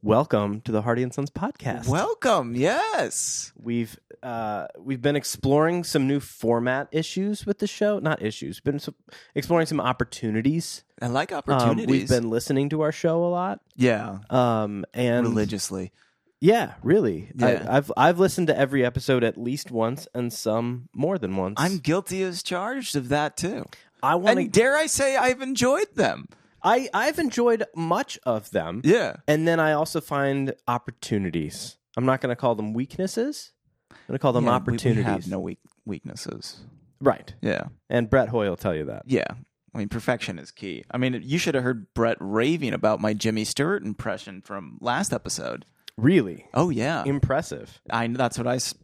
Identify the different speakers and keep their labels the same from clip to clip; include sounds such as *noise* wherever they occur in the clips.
Speaker 1: Welcome to the Hardy and Sons podcast.
Speaker 2: Welcome. Yes.
Speaker 1: we've uh, we've been exploring some new format issues with the show. Not issues, been some, exploring some opportunities.
Speaker 2: I like
Speaker 1: Um,
Speaker 2: opportunities.
Speaker 1: we've been listening to our show a lot,
Speaker 2: yeah,
Speaker 1: um, and
Speaker 2: religiously.
Speaker 1: yeah, really.
Speaker 2: Yeah.
Speaker 1: I, I've I've listened to every episode at least once, and some more than once.
Speaker 2: I'm guilty as charged of that too.
Speaker 1: I want
Speaker 2: And
Speaker 1: to.
Speaker 2: dare I say I've enjoyed them.
Speaker 1: I I've enjoyed much of them,
Speaker 2: Yeah.
Speaker 1: and then I also find opportunities. I'm not going to call them weaknesses. I'm going to call them
Speaker 2: Yeah, we-
Speaker 1: opportunities.
Speaker 2: We, have no weak, weaknesses.
Speaker 1: Right,
Speaker 2: Yeah.
Speaker 1: and Brett Hoy will tell you that.
Speaker 2: Yeah. I mean, perfection is key. I mean, you should have heard Brett raving about my Jimmy Stewart impression from last episode.
Speaker 1: Really
Speaker 2: Oh, yeah.
Speaker 1: impressive.
Speaker 2: I That's what I. s-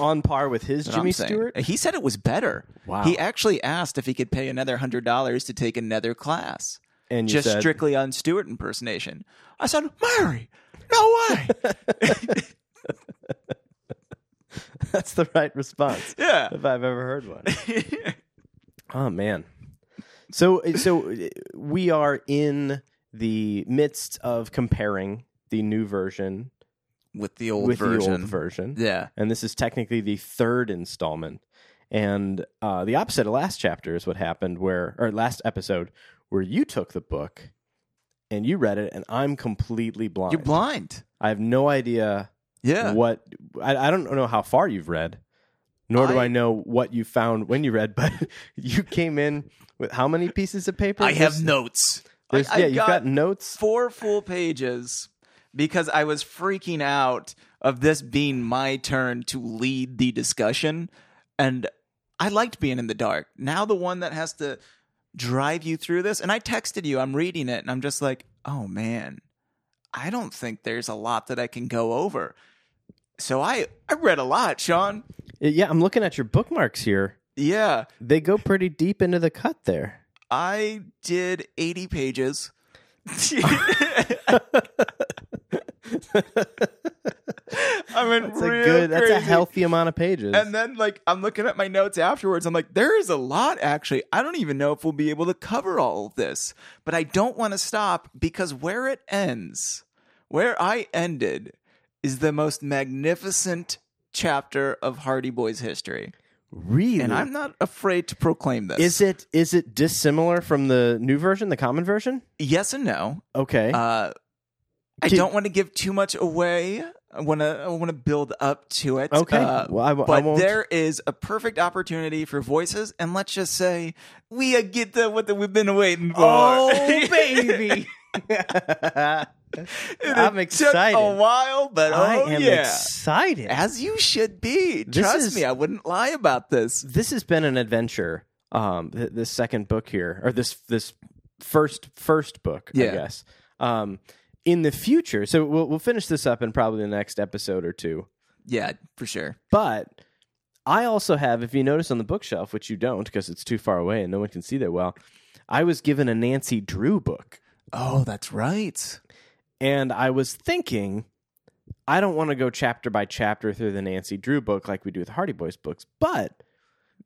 Speaker 1: on par with his
Speaker 2: what I'm
Speaker 1: Jimmy
Speaker 2: saying.
Speaker 1: Stewart.
Speaker 2: He said it was better.
Speaker 1: Wow.
Speaker 2: He actually asked if he could pay another $100 to take another class.
Speaker 1: And you
Speaker 2: just
Speaker 1: said,
Speaker 2: strictly on Stewart impersonation. I said, Mary, no
Speaker 1: *laughs*
Speaker 2: way.
Speaker 1: *laughs* that's the right response
Speaker 2: yeah.
Speaker 1: if I've ever heard
Speaker 2: *laughs*
Speaker 1: one. oh man. So so uh, we are in the midst of comparing the new version
Speaker 2: With the old
Speaker 1: with
Speaker 2: version.
Speaker 1: the old version.
Speaker 2: Yeah.
Speaker 1: And this is technically the third installment. And uh, the opposite of last chapter is what happened where or last episode where you took the book and you read it and I'm completely blind.
Speaker 2: You're blind.
Speaker 1: I have no idea
Speaker 2: Yeah.
Speaker 1: what I, I don't know how far you've read nor do
Speaker 2: I-
Speaker 1: i know what you found when you read *laughs* but you came in with how many pieces of paper
Speaker 2: I have
Speaker 1: There's-
Speaker 2: notes.
Speaker 1: there's-
Speaker 2: I- I've
Speaker 1: yeah you've
Speaker 2: got-
Speaker 1: got notes
Speaker 2: Four full pages because I was freaking out of this being my turn to lead the discussion. And I liked being in the dark. Now the one that has to drive you through this. And I texted you, I'm reading it, and I'm just like, oh man, I don't think there's a lot that I can go over. So I, I read a lot, Sean.
Speaker 1: yeah i'm looking at your bookmarks here
Speaker 2: Yeah.
Speaker 1: they go pretty deep into the cut there
Speaker 2: I did
Speaker 1: *laughs*
Speaker 2: 80 pages. I mean,
Speaker 1: that's
Speaker 2: real
Speaker 1: a good that's a
Speaker 2: crazy.
Speaker 1: healthy amount of pages
Speaker 2: And then, like, I'm looking at my notes afterwards. I'm like, there is a lot, actually. I don't even know if we'll be able to cover all of this, but I don't want to stop because where it ends, where I ended, is the most magnificent chapter of Hardy Boys history.
Speaker 1: really
Speaker 2: And I'm not afraid to proclaim this.
Speaker 1: is it is it dissimilar from the new version the common version
Speaker 2: yes and no.
Speaker 1: okay
Speaker 2: Uh, I
Speaker 1: Did-
Speaker 2: don't want to give too much away. I want to I want to build up to it.
Speaker 1: okay
Speaker 2: Uh,
Speaker 1: well I, w- I
Speaker 2: but
Speaker 1: won't
Speaker 2: there is a perfect opportunity for voices, and let's just say we uh, get the what the, we've been waiting for. *laughs*
Speaker 1: oh baby *laughs*
Speaker 2: It
Speaker 1: I'm excited.
Speaker 2: Took a while, but oh
Speaker 1: i am
Speaker 2: yeah,
Speaker 1: excited
Speaker 2: as you should be.
Speaker 1: This
Speaker 2: Trust
Speaker 1: is-
Speaker 2: me, I wouldn't lie about this.
Speaker 1: this has been an adventure. Um, th- this second book here, or this this first first book, I
Speaker 2: Yeah.
Speaker 1: guess. Um, in the future, so we'll we'll finish this up in probably the next episode or two.
Speaker 2: Yeah, for sure.
Speaker 1: But I also have, if you notice on the bookshelf, which you don't because it's too far away and no one can see that well, I was given a Nancy Drew book,
Speaker 2: Oh, that's right.
Speaker 1: and I was thinking. I don't want to go chapter by chapter through the Nancy Drew book like we do with Hardy Boys books, but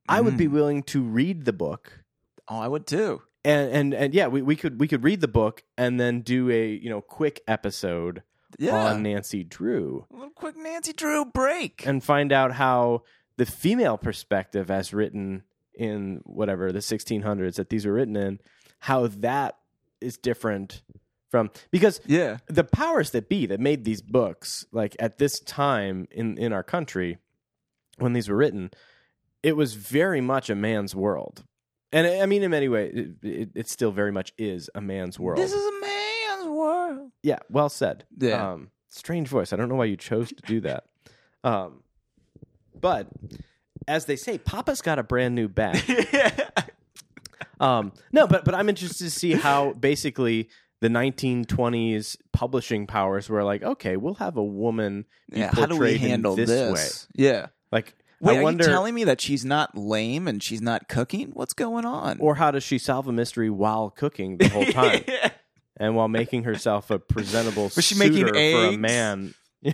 Speaker 1: I would be willing to read the book
Speaker 2: Oh, I would too.
Speaker 1: and and and yeah, we, we could we could read the book and then do a you know quick episode
Speaker 2: Yeah,
Speaker 1: on Nancy Drew
Speaker 2: a little quick Nancy Drew break.
Speaker 1: and find out how the female perspective, as written in whatever the 1600s that these were written in, how that is different from because
Speaker 2: yeah,
Speaker 1: the powers that be that made these books like at this time in in our country when these were written it was very much a man's world and i I mean in many ways it, it, it still very much is a man's world
Speaker 2: this is a man's world.
Speaker 1: yeah well said
Speaker 2: Yeah.
Speaker 1: um strange voice i don't know why you chose to do that um but as they say papa's got a brand new bag *laughs* um, no, but but I'm interested to see how basically the 1920s publishing powers were like, okay, we'll have a woman be
Speaker 2: yeah, how
Speaker 1: portrayed
Speaker 2: do we
Speaker 1: in
Speaker 2: handle
Speaker 1: this,
Speaker 2: this?
Speaker 1: way.
Speaker 2: Yeah.
Speaker 1: Like,
Speaker 2: Wait,
Speaker 1: I wonder,
Speaker 2: are you telling me that she's not lame and she's not cooking? What's going on?
Speaker 1: or how does she solve a mystery while cooking the whole
Speaker 2: *laughs*
Speaker 1: time and while making herself a presentable
Speaker 2: Was she making
Speaker 1: suitor for a
Speaker 2: eggs? *laughs*
Speaker 1: man? *laughs*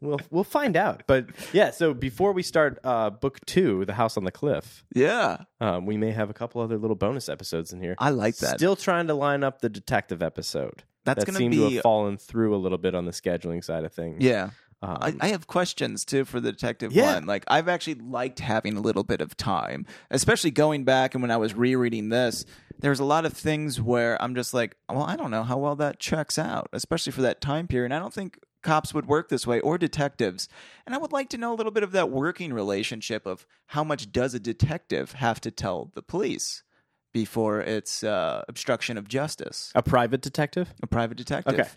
Speaker 1: we'll we'll find out. But yeah, so before we start uh, book two, The House on the Cliff,
Speaker 2: yeah,
Speaker 1: um, we may have a couple other little bonus episodes in here.
Speaker 2: I like that.
Speaker 1: Still trying to line up the detective episode.
Speaker 2: That's
Speaker 1: that
Speaker 2: going
Speaker 1: seem to
Speaker 2: be
Speaker 1: have fallen through a little bit on the scheduling side of things.
Speaker 2: yeah.
Speaker 1: Um,
Speaker 2: I, I have questions too for the detective
Speaker 1: Yeah.
Speaker 2: one. Like I've actually liked having a little bit of time, especially going back and when I was rereading this, there's a lot of things where I'm just like, well, I don't know how well that checks out, especially for that time period. And I don't think cops would work this way or detectives. And I would like to know a little bit of that working relationship of how much does a detective have to tell the police before it's uh, obstruction of justice?
Speaker 1: a private detective.
Speaker 2: A private detective.
Speaker 1: Okay.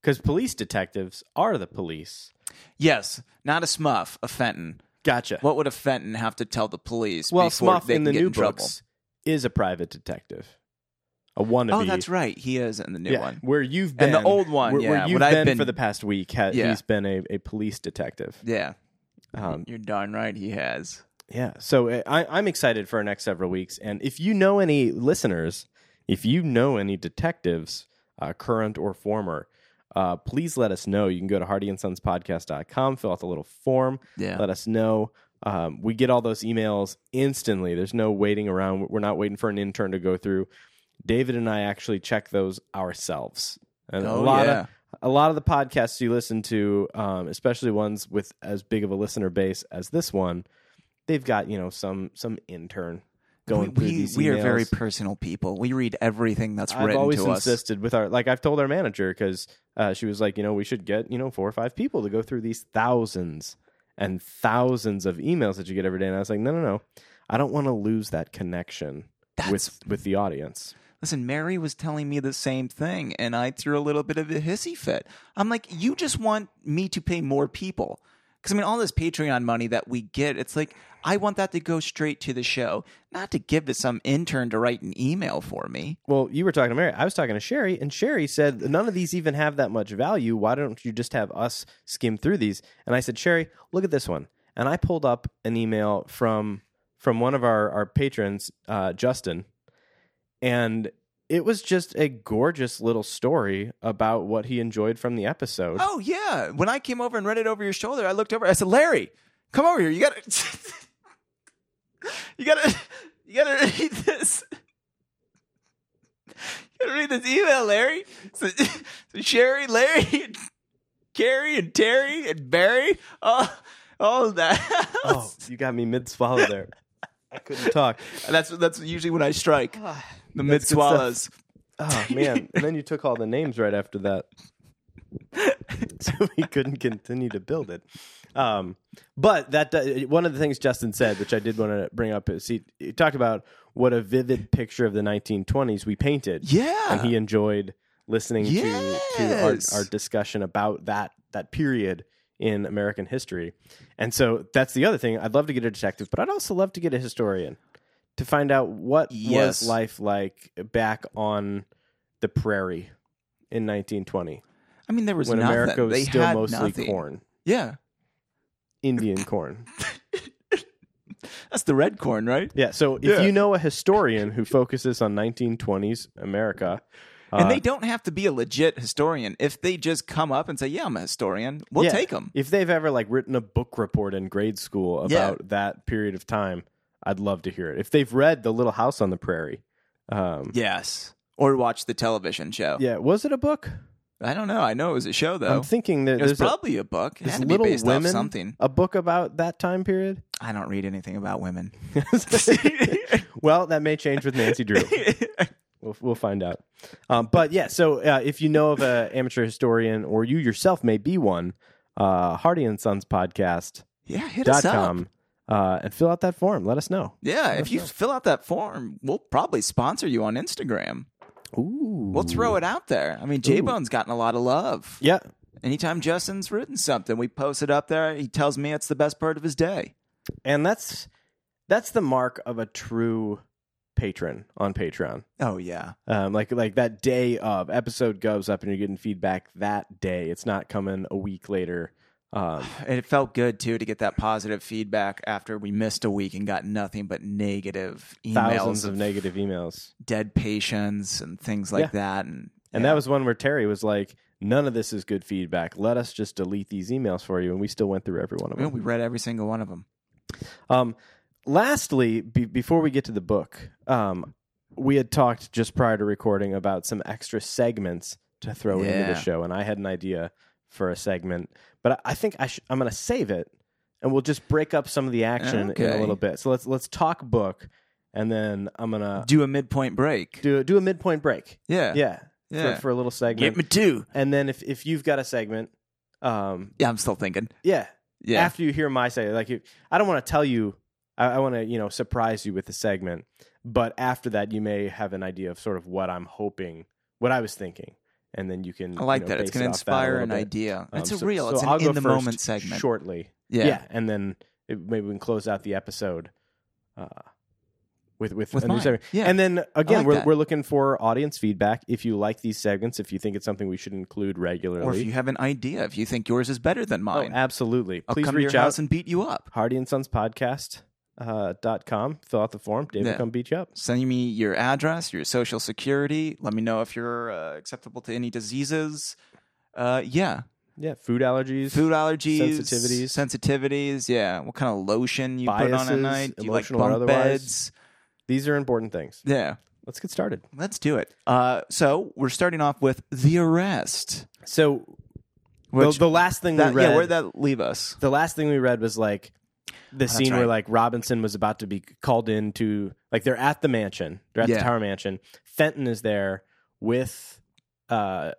Speaker 1: Because police detectives are the police.
Speaker 2: Yes, not a Smuff, a Fenton.
Speaker 1: Gotcha.
Speaker 2: What would a Fenton have to tell the police?
Speaker 1: well,
Speaker 2: before
Speaker 1: Smough
Speaker 2: they
Speaker 1: in
Speaker 2: can
Speaker 1: the
Speaker 2: get
Speaker 1: new
Speaker 2: in trouble?
Speaker 1: books is a private detective, a wannabe.
Speaker 2: Oh, that's right. He is in the new
Speaker 1: yeah,
Speaker 2: one.
Speaker 1: Where you've been
Speaker 2: And the old one,
Speaker 1: Where, where
Speaker 2: yeah,
Speaker 1: you've
Speaker 2: what I've
Speaker 1: been,
Speaker 2: been-
Speaker 1: for the past week. Ha-
Speaker 2: Yeah.
Speaker 1: He's been a, a police detective.
Speaker 2: Yeah,
Speaker 1: Um,
Speaker 2: you're darn right. He has.
Speaker 1: yeah. So uh, I, I'm excited for our next several weeks. And if you know any listeners, if you know any detectives, uh, current or former. Uh, please let us know. You can go to hardyandsonspodcast.com, fill out the little form.
Speaker 2: Yeah.
Speaker 1: let us know. Um, we get all those emails instantly. There's no waiting around. We're not waiting for an intern to go through. David and I actually check those ourselves. And a
Speaker 2: Oh,
Speaker 1: lot
Speaker 2: yeah.
Speaker 1: of a lot of the podcasts you listen to, um, especially ones with as big of a listener base as this one, they've got you know some some intern going
Speaker 2: we
Speaker 1: through
Speaker 2: we,
Speaker 1: these
Speaker 2: we are very
Speaker 1: emails.
Speaker 2: personal people. We read everything that's
Speaker 1: I've
Speaker 2: written
Speaker 1: always
Speaker 2: to us.
Speaker 1: insisted with our like I've told our manager because uh, she was like, you know, we should get you know four or five people to go through these thousands and thousands of emails that you get every day, and I was like, no, no, no, I don't want to lose that connection with
Speaker 2: That's-
Speaker 1: with the audience.
Speaker 2: Listen, Mary was telling me the same thing, and I threw a little bit of a hissy fit. I'm like, you just want me to pay more people. Because, I mean, all this Patreon money that we get, it's like, I want that to go straight to the show, not to give to some intern to write an email for me.
Speaker 1: Well, you were talking to Mary, I was talking to Sherry, and Sherry said none of these even have that much value. Why don't you just have us skim through these? And I said, Sherry, look at this one, and I pulled up an email from from one of our our patrons, uh, Justin. and it was just a gorgeous little story about what he enjoyed from the episode.
Speaker 2: Oh, yeah. When I came over and read it over your shoulder, I looked over. I said, Larry, come over here. You got to. *laughs* You gotta, you gotta read this. You gotta read this email, Larry. So, *laughs* so Sherry, Larry, and Carrie, and Terry, and Barry, all, all of that.
Speaker 1: Oh, you got me mid swallow there. I couldn't talk.
Speaker 2: *laughs* That's that's usually when I strike the mid
Speaker 1: That's good stuff.
Speaker 2: swallows.
Speaker 1: Oh *laughs* man! And then you took all the names right after that, *laughs* so we couldn't continue to build it. Um, but that uh, one of the things Justin said, which I did want to bring up, is he, he talked about what a vivid picture of the 1920s we painted.
Speaker 2: Yeah,
Speaker 1: and he enjoyed listening to to
Speaker 2: Yes.
Speaker 1: our, our discussion about that that period in American history. And so that's the other thing. I'd love to get a detective, but I'd also love to get a historian to find out what
Speaker 2: Yes.
Speaker 1: was life like back on the prairie in 1920
Speaker 2: I mean there was
Speaker 1: when
Speaker 2: nothing.
Speaker 1: America was
Speaker 2: they
Speaker 1: still
Speaker 2: had
Speaker 1: mostly
Speaker 2: nothing.
Speaker 1: corn,
Speaker 2: Yeah,
Speaker 1: Indian corn.
Speaker 2: that's the red corn, right?
Speaker 1: Yeah, so if
Speaker 2: Yeah.
Speaker 1: you know a historian who focuses on 1920s America,
Speaker 2: And
Speaker 1: uh,
Speaker 2: they don't have to be a legit historian. If they just come up and say, "Yeah, I'm a historian," we'll 'em.
Speaker 1: Yeah.
Speaker 2: take them.
Speaker 1: If they've ever like written a book report in grade school about
Speaker 2: Yeah.
Speaker 1: that period of time, I'd love to hear it. If they've read The Little House on the Prairie, um,
Speaker 2: Yes, or watch the television show.
Speaker 1: yeah, was it a book?
Speaker 2: I don't know. I know it was a show though.
Speaker 1: I'm thinking that
Speaker 2: Oh. it was
Speaker 1: there's a-
Speaker 2: probably a, book. It
Speaker 1: there's
Speaker 2: had to
Speaker 1: Little
Speaker 2: be based
Speaker 1: Women,
Speaker 2: off something.
Speaker 1: a book about that time
Speaker 2: *laughs*
Speaker 1: period. *laughs*
Speaker 2: I don't read anything about women.
Speaker 1: well, that may change with Nancy
Speaker 2: *laughs*
Speaker 1: Drew. We'll, we'll find out. Um, but yeah, so uh, if you know of an amateur historian or you yourself may be one, uh, Hardy and Sons podcast
Speaker 2: yeah, hit
Speaker 1: dot
Speaker 2: us up.
Speaker 1: com uh, and fill out that form. Let us know.
Speaker 2: Yeah, if you fill out that form, we'll probably sponsor you on Instagram.
Speaker 1: Ooh,
Speaker 2: We'll throw it out there. I mean, J Bone's gotten a lot of love.
Speaker 1: Yeah,
Speaker 2: Anytime Justin's written something, we post it up there. He tells me it's the best part of his day.
Speaker 1: and that's that's the mark of a true patron on patreon
Speaker 2: Oh yeah,
Speaker 1: um, like like that day of episode goes up and you're getting feedback that day it's not coming a week later um,
Speaker 2: And it felt good too to get that positive feedback after we missed a week and got nothing but negative emails
Speaker 1: thousands
Speaker 2: of
Speaker 1: of negative emails
Speaker 2: dead patients and things like
Speaker 1: Yeah.
Speaker 2: that. And
Speaker 1: and
Speaker 2: yeah.
Speaker 1: that was one where terry was like none of this is good feedback let us just delete these emails for you and we still went through every one of
Speaker 2: I mean,
Speaker 1: them
Speaker 2: we read every single one of them.
Speaker 1: Um, lastly, be- before we get to the book, um, we had talked just prior to recording about some extra segments to throw into
Speaker 2: Yeah.
Speaker 1: the show, and I had an idea for a segment, but I I think I sh- I'm going to save it, and we'll just break up some of the action in a
Speaker 2: Okay.
Speaker 1: little bit. So let's let's talk book, and then I'm gonna
Speaker 2: Do a midpoint break.
Speaker 1: Uh, do do a midpoint break.
Speaker 2: yeah.
Speaker 1: Yeah,
Speaker 2: Yeah.
Speaker 1: For, for a little segment,
Speaker 2: Get me two.
Speaker 1: and then if if you've got a segment, um,
Speaker 2: Yeah, I'm still thinking.
Speaker 1: yeah,
Speaker 2: Yeah.
Speaker 1: after you hear my segment. Like, if, I don't want to tell you. I, I want to, you know, surprise you with the segment. But after that, you may have an idea of sort of what I'm hoping, what I was thinking, and then you can.
Speaker 2: I like
Speaker 1: you know,
Speaker 2: that. It's
Speaker 1: base
Speaker 2: going to
Speaker 1: it off that a
Speaker 2: inspire
Speaker 1: little
Speaker 2: an
Speaker 1: bit.
Speaker 2: idea.
Speaker 1: Um,
Speaker 2: It's a
Speaker 1: so-
Speaker 2: real,
Speaker 1: so
Speaker 2: it's
Speaker 1: I'll
Speaker 2: an
Speaker 1: go
Speaker 2: in the moment
Speaker 1: first
Speaker 2: segment.
Speaker 1: Shortly,
Speaker 2: Yeah.
Speaker 1: and then it, maybe we can close out the episode uh, with with,
Speaker 2: With
Speaker 1: a new
Speaker 2: mine.
Speaker 1: segment.
Speaker 2: Yeah.
Speaker 1: And then again,
Speaker 2: like
Speaker 1: we're
Speaker 2: that.
Speaker 1: we're looking for audience feedback. If you like these segments, if you think it's something we should include regularly,
Speaker 2: Or if you have an idea, if you think yours is better than
Speaker 1: oh,
Speaker 2: mine,
Speaker 1: absolutely,
Speaker 2: I'll
Speaker 1: please
Speaker 2: come to
Speaker 1: reach
Speaker 2: your
Speaker 1: out.
Speaker 2: house and beat you up.
Speaker 1: Hardy and Sons podcast uh, dot com. Fill out the form. Dave
Speaker 2: Yeah.
Speaker 1: will come beat you up.
Speaker 2: Send me your address, your social security. Let me know if you're uh, acceptable to any diseases. Uh, yeah,
Speaker 1: Yeah, food allergies,
Speaker 2: food allergies,
Speaker 1: Sensitivities.
Speaker 2: sensitivities. Yeah, what kind of lotion you put on at
Speaker 1: Biases,
Speaker 2: night? Do you like
Speaker 1: emotional or
Speaker 2: bunk
Speaker 1: otherwise.
Speaker 2: beds?
Speaker 1: These are important things.
Speaker 2: Yeah,
Speaker 1: Let's get started.
Speaker 2: let's do it. Uh, so we're starting off with the arrest.
Speaker 1: So
Speaker 2: Which
Speaker 1: the, the last thing
Speaker 2: that,
Speaker 1: we read,
Speaker 2: yeah, where'd that leave us?
Speaker 1: the last thing we read was like the
Speaker 2: that's
Speaker 1: scene where
Speaker 2: right.
Speaker 1: like Robinson was about to be called in to like they're at the mansion, they're at
Speaker 2: Yeah.
Speaker 1: the Tower Mansion. Fenton is there with uh,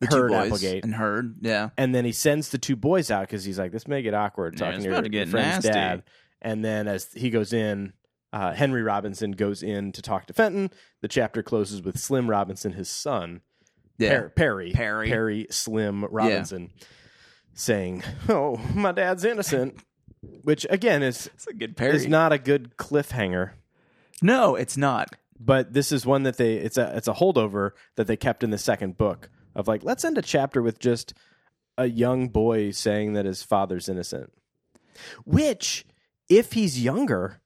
Speaker 2: The two
Speaker 1: Heard
Speaker 2: boys
Speaker 1: Applegate.
Speaker 2: and Heard. Yeah,
Speaker 1: and then he sends the two boys out because he's like, this may get awkward
Speaker 2: Yeah,
Speaker 1: talking
Speaker 2: it's
Speaker 1: to your,
Speaker 2: about to
Speaker 1: your
Speaker 2: get
Speaker 1: friend's
Speaker 2: nasty.
Speaker 1: dad. And then as he goes in, uh, Henry Robinson goes in to talk to Fenton. The chapter closes with Slim Robinson, his son,
Speaker 2: yeah.
Speaker 1: Per- Perry,
Speaker 2: Perry.
Speaker 1: Slim Robinson, saying, "Oh, my dad's innocent," which again is
Speaker 2: It's a good parody.
Speaker 1: is not a good cliffhanger.
Speaker 2: no, it's not.
Speaker 1: But this is one that they it's a it's a holdover that they kept in the second book of like let's end a chapter with just a young boy saying that his father's innocent, which if he's younger,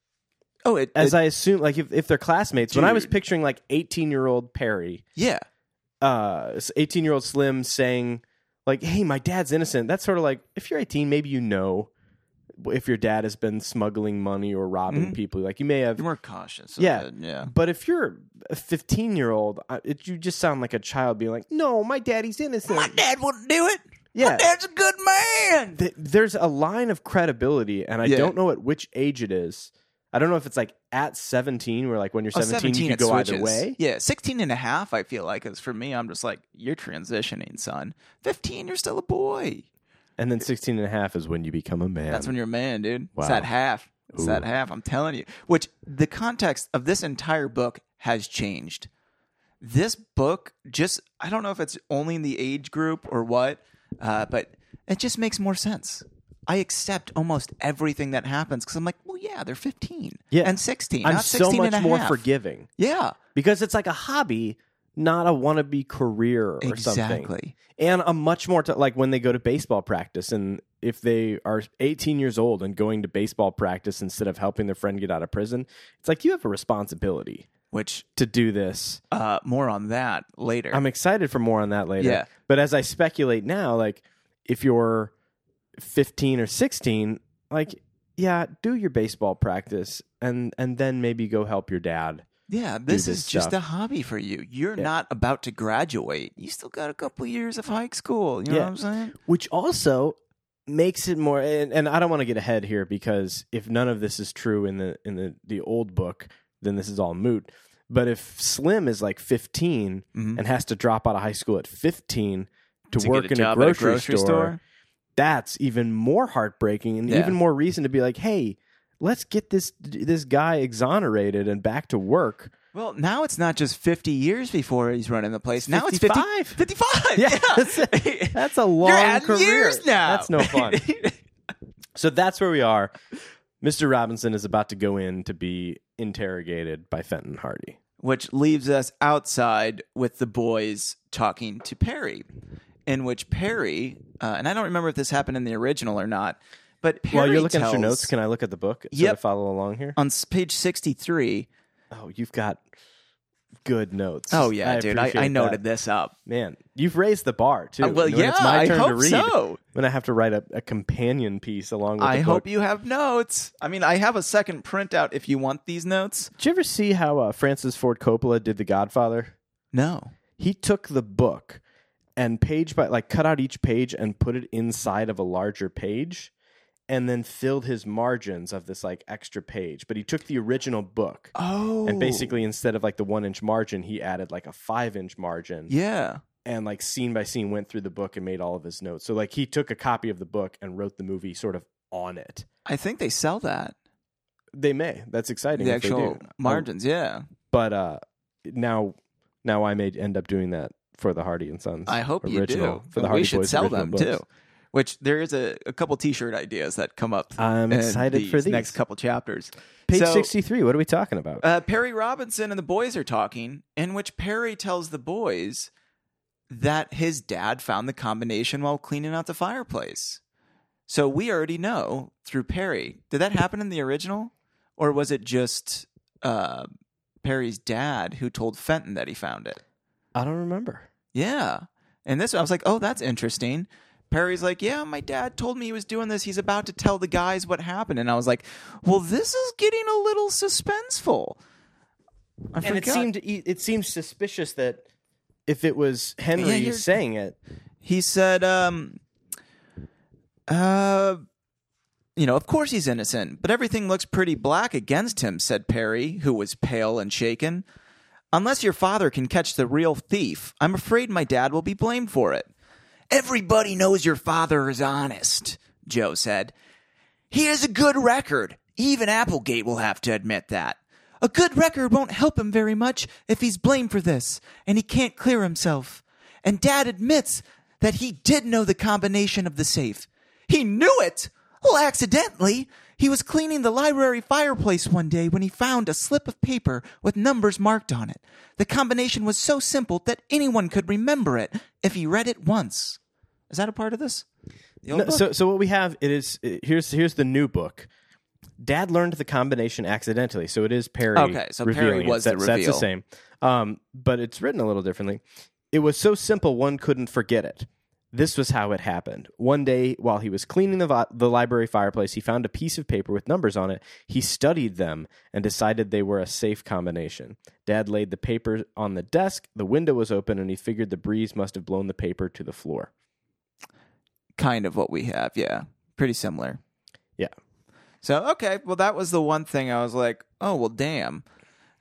Speaker 2: Oh, it,
Speaker 1: as
Speaker 2: it-
Speaker 1: I assume, like if, if they're classmates, when I was
Speaker 2: Dude.
Speaker 1: picturing like eighteen year old Perry,
Speaker 2: yeah,
Speaker 1: uh 18 year old slim saying like hey my dad's innocent that's sort of like if you're 18 maybe you know if your dad has been smuggling money or robbing
Speaker 2: Mhm.
Speaker 1: people like you may have
Speaker 2: you're more cautious. of
Speaker 1: Yeah.
Speaker 2: it, yeah.
Speaker 1: but if you're a 15 year old it, you just sound like a child being like no my daddy's innocent
Speaker 2: My dad wouldn't do it.
Speaker 1: yeah
Speaker 2: My dad's a good man.
Speaker 1: Th- there's a line of credibility and i
Speaker 2: Yeah.
Speaker 1: don't know at which age it is i don't know if it's like at 17 where like when you're
Speaker 2: Oh,
Speaker 1: 17, you
Speaker 2: it
Speaker 1: could go either
Speaker 2: switches.
Speaker 1: way
Speaker 2: Yeah, 16 and a half, I feel like, is for me, I'm just like, you're transitioning, son. 15, you're still a boy.
Speaker 1: and then 16 and a half is when you become a man
Speaker 2: That's when you're a man, dude.
Speaker 1: Wow.
Speaker 2: It's that half. It's
Speaker 1: Ooh.
Speaker 2: that half, I'm telling you. Which the context of this entire book has changed. This book just, I don't know if it's only in the age group or what, uh, but it just makes more sense. I accept almost everything that happens because I'm like, well, yeah, they're 15
Speaker 1: Yeah.
Speaker 2: and 16.
Speaker 1: i'm
Speaker 2: not
Speaker 1: so
Speaker 2: 16
Speaker 1: much
Speaker 2: and a
Speaker 1: more
Speaker 2: half.
Speaker 1: forgiving
Speaker 2: Yeah,
Speaker 1: because it's like a hobby, not a wannabe career or something.
Speaker 2: exactly.
Speaker 1: And a much more t- like when they go to baseball practice, and if they are 18 years old and going to baseball practice instead of helping their friend get out of prison, it's like you have a responsibility
Speaker 2: Which
Speaker 1: to do this.
Speaker 2: Uh, more on that later.
Speaker 1: I'm excited for more on that later.
Speaker 2: Yeah.
Speaker 1: But as I speculate now, like if you're 15 or 16, like yeah, do your baseball practice and and then maybe go help your dad.
Speaker 2: yeah, this,
Speaker 1: this
Speaker 2: is just
Speaker 1: stuff.
Speaker 2: a hobby for you. You're
Speaker 1: Yeah.
Speaker 2: not about to graduate. You still got a couple years of high school. You know
Speaker 1: Yeah.
Speaker 2: what I'm saying?
Speaker 1: which also makes it more and, and I don't want to get ahead here because if none of this is true in the in the the old book then this is all moot but if slim is like 15
Speaker 2: Mhm.
Speaker 1: and has to drop out of high school at 15 to,
Speaker 2: To
Speaker 1: work
Speaker 2: get a
Speaker 1: in a
Speaker 2: job at a
Speaker 1: grocery,
Speaker 2: grocery
Speaker 1: store,
Speaker 2: store?
Speaker 1: that's even more heartbreaking and
Speaker 2: Yeah.
Speaker 1: even more reason to be like hey let's get this this guy exonerated and back to work
Speaker 2: Well, now it's not just 50 years before he's running the place. Now it's 50,
Speaker 1: 55. *laughs*
Speaker 2: 55.
Speaker 1: Yeah, that's- that's a long
Speaker 2: *laughs* You're adding
Speaker 1: career
Speaker 2: years now.
Speaker 1: that's no fun
Speaker 2: *laughs*
Speaker 1: So that's where we are. Mr. Robinson is about to go in to be interrogated by Fenton Hardy.
Speaker 2: which leaves us outside with the boys talking to Perry, in which Perry, uh, and I don't remember if this happened in the original or not, but Perry
Speaker 1: While you're looking at your
Speaker 2: tells-
Speaker 1: notes, can I look at the book so to
Speaker 2: Yep. Uh,
Speaker 1: follow along here?
Speaker 2: on s- page 63
Speaker 1: Oh, you've got good notes.
Speaker 2: oh yeah dude I, I
Speaker 1: appreciate
Speaker 2: noted
Speaker 1: that.
Speaker 2: this up
Speaker 1: Man, you've raised the bar too.
Speaker 2: Uh, well
Speaker 1: When
Speaker 2: yeah
Speaker 1: it's my turn
Speaker 2: i hope
Speaker 1: to read.
Speaker 2: so
Speaker 1: When I have to write a, a companion piece along with
Speaker 2: i
Speaker 1: the book.
Speaker 2: hope you have notes i mean i have a second printout if you want these notes
Speaker 1: Did you ever see how uh, Francis Ford Coppola did The Godfather?
Speaker 2: no
Speaker 1: He took the book and page by like cut out each page and put it inside of a larger page and then filled his margins of this like extra page but he took the original book
Speaker 2: Oh.
Speaker 1: and basically instead of like the one inch margin he added like a five inch margin
Speaker 2: Yeah.
Speaker 1: and like scene by scene went through the book and made all of his notes so like he took a copy of the book and wrote the movie sort of on it
Speaker 2: I think they sell that.
Speaker 1: they may that's exciting
Speaker 2: The
Speaker 1: if they do. oh.
Speaker 2: actual margins, yeah.
Speaker 1: but uh now now i may end up doing that for the hardy and sons
Speaker 2: I hope you
Speaker 1: original
Speaker 2: do.
Speaker 1: for the
Speaker 2: we
Speaker 1: hardy
Speaker 2: should
Speaker 1: boys
Speaker 2: sell
Speaker 1: original
Speaker 2: them
Speaker 1: books.
Speaker 2: too. Which there is a, a couple T-shirt ideas that come up.
Speaker 1: I'm
Speaker 2: in
Speaker 1: excited for these.
Speaker 2: next couple chapters.
Speaker 1: Page
Speaker 2: So,
Speaker 1: 63. What are we talking about?
Speaker 2: Uh, Perry Robinson and the boys are talking, in which Perry tells the boys that his dad found the combination while cleaning out the fireplace. So we already know through Perry. Did that happen in the original, or was it just uh, Perry's dad who told Fenton that he found it?
Speaker 1: I don't remember.
Speaker 2: Yeah. And this, I was like, oh, that's interesting. Perry's like, yeah, my dad told me he was doing this. He's about to tell the guys what happened. And I was like, well, this is getting a little suspenseful. I
Speaker 1: And it
Speaker 2: forgot.
Speaker 1: seemed e, it seems suspicious that if it was
Speaker 2: Yeah,
Speaker 1: Henry
Speaker 2: you're-
Speaker 1: saying it,
Speaker 2: he said, um, uh, you know, of course he's innocent, but everything looks pretty black against him, said Perry, who was pale and shaken. Unless your father can catch the real thief, I'm afraid my dad will be blamed for it. Everybody knows your father is honest, Joe said. He has a good record. Even Applegate will have to admit that. A good record won't help him very much if he's blamed for this, and he can't clear himself. And Dad admits that he did know the combination of the safe. He knew it! Well, accidentally. He was cleaning the library fireplace one day when he found a slip of paper with numbers marked on it. The combination was so simple that anyone could remember it if he read it once. Is that a part of this? The old
Speaker 1: No,
Speaker 2: book?
Speaker 1: so so what we have it is uh, here's here's the new book. Dad learned the combination accidentally, so it is Perry.
Speaker 2: Okay, so Perry
Speaker 1: revealing it.
Speaker 2: was the
Speaker 1: That's- That's the
Speaker 2: reveal.
Speaker 1: same, um, but it's written a little differently. It was so simple one couldn't forget it. This was how it happened. One day, while he was cleaning the, vi- the library fireplace, he found a piece of paper with numbers on it. He studied them and decided they were a safe combination. Dad laid the paper on the desk. The window was open, and he figured the breeze must have blown the paper to the floor.
Speaker 2: kind of what we have. Yeah, pretty similar.
Speaker 1: Yeah.
Speaker 2: So okay, well that was the one thing I was like, oh well, damn.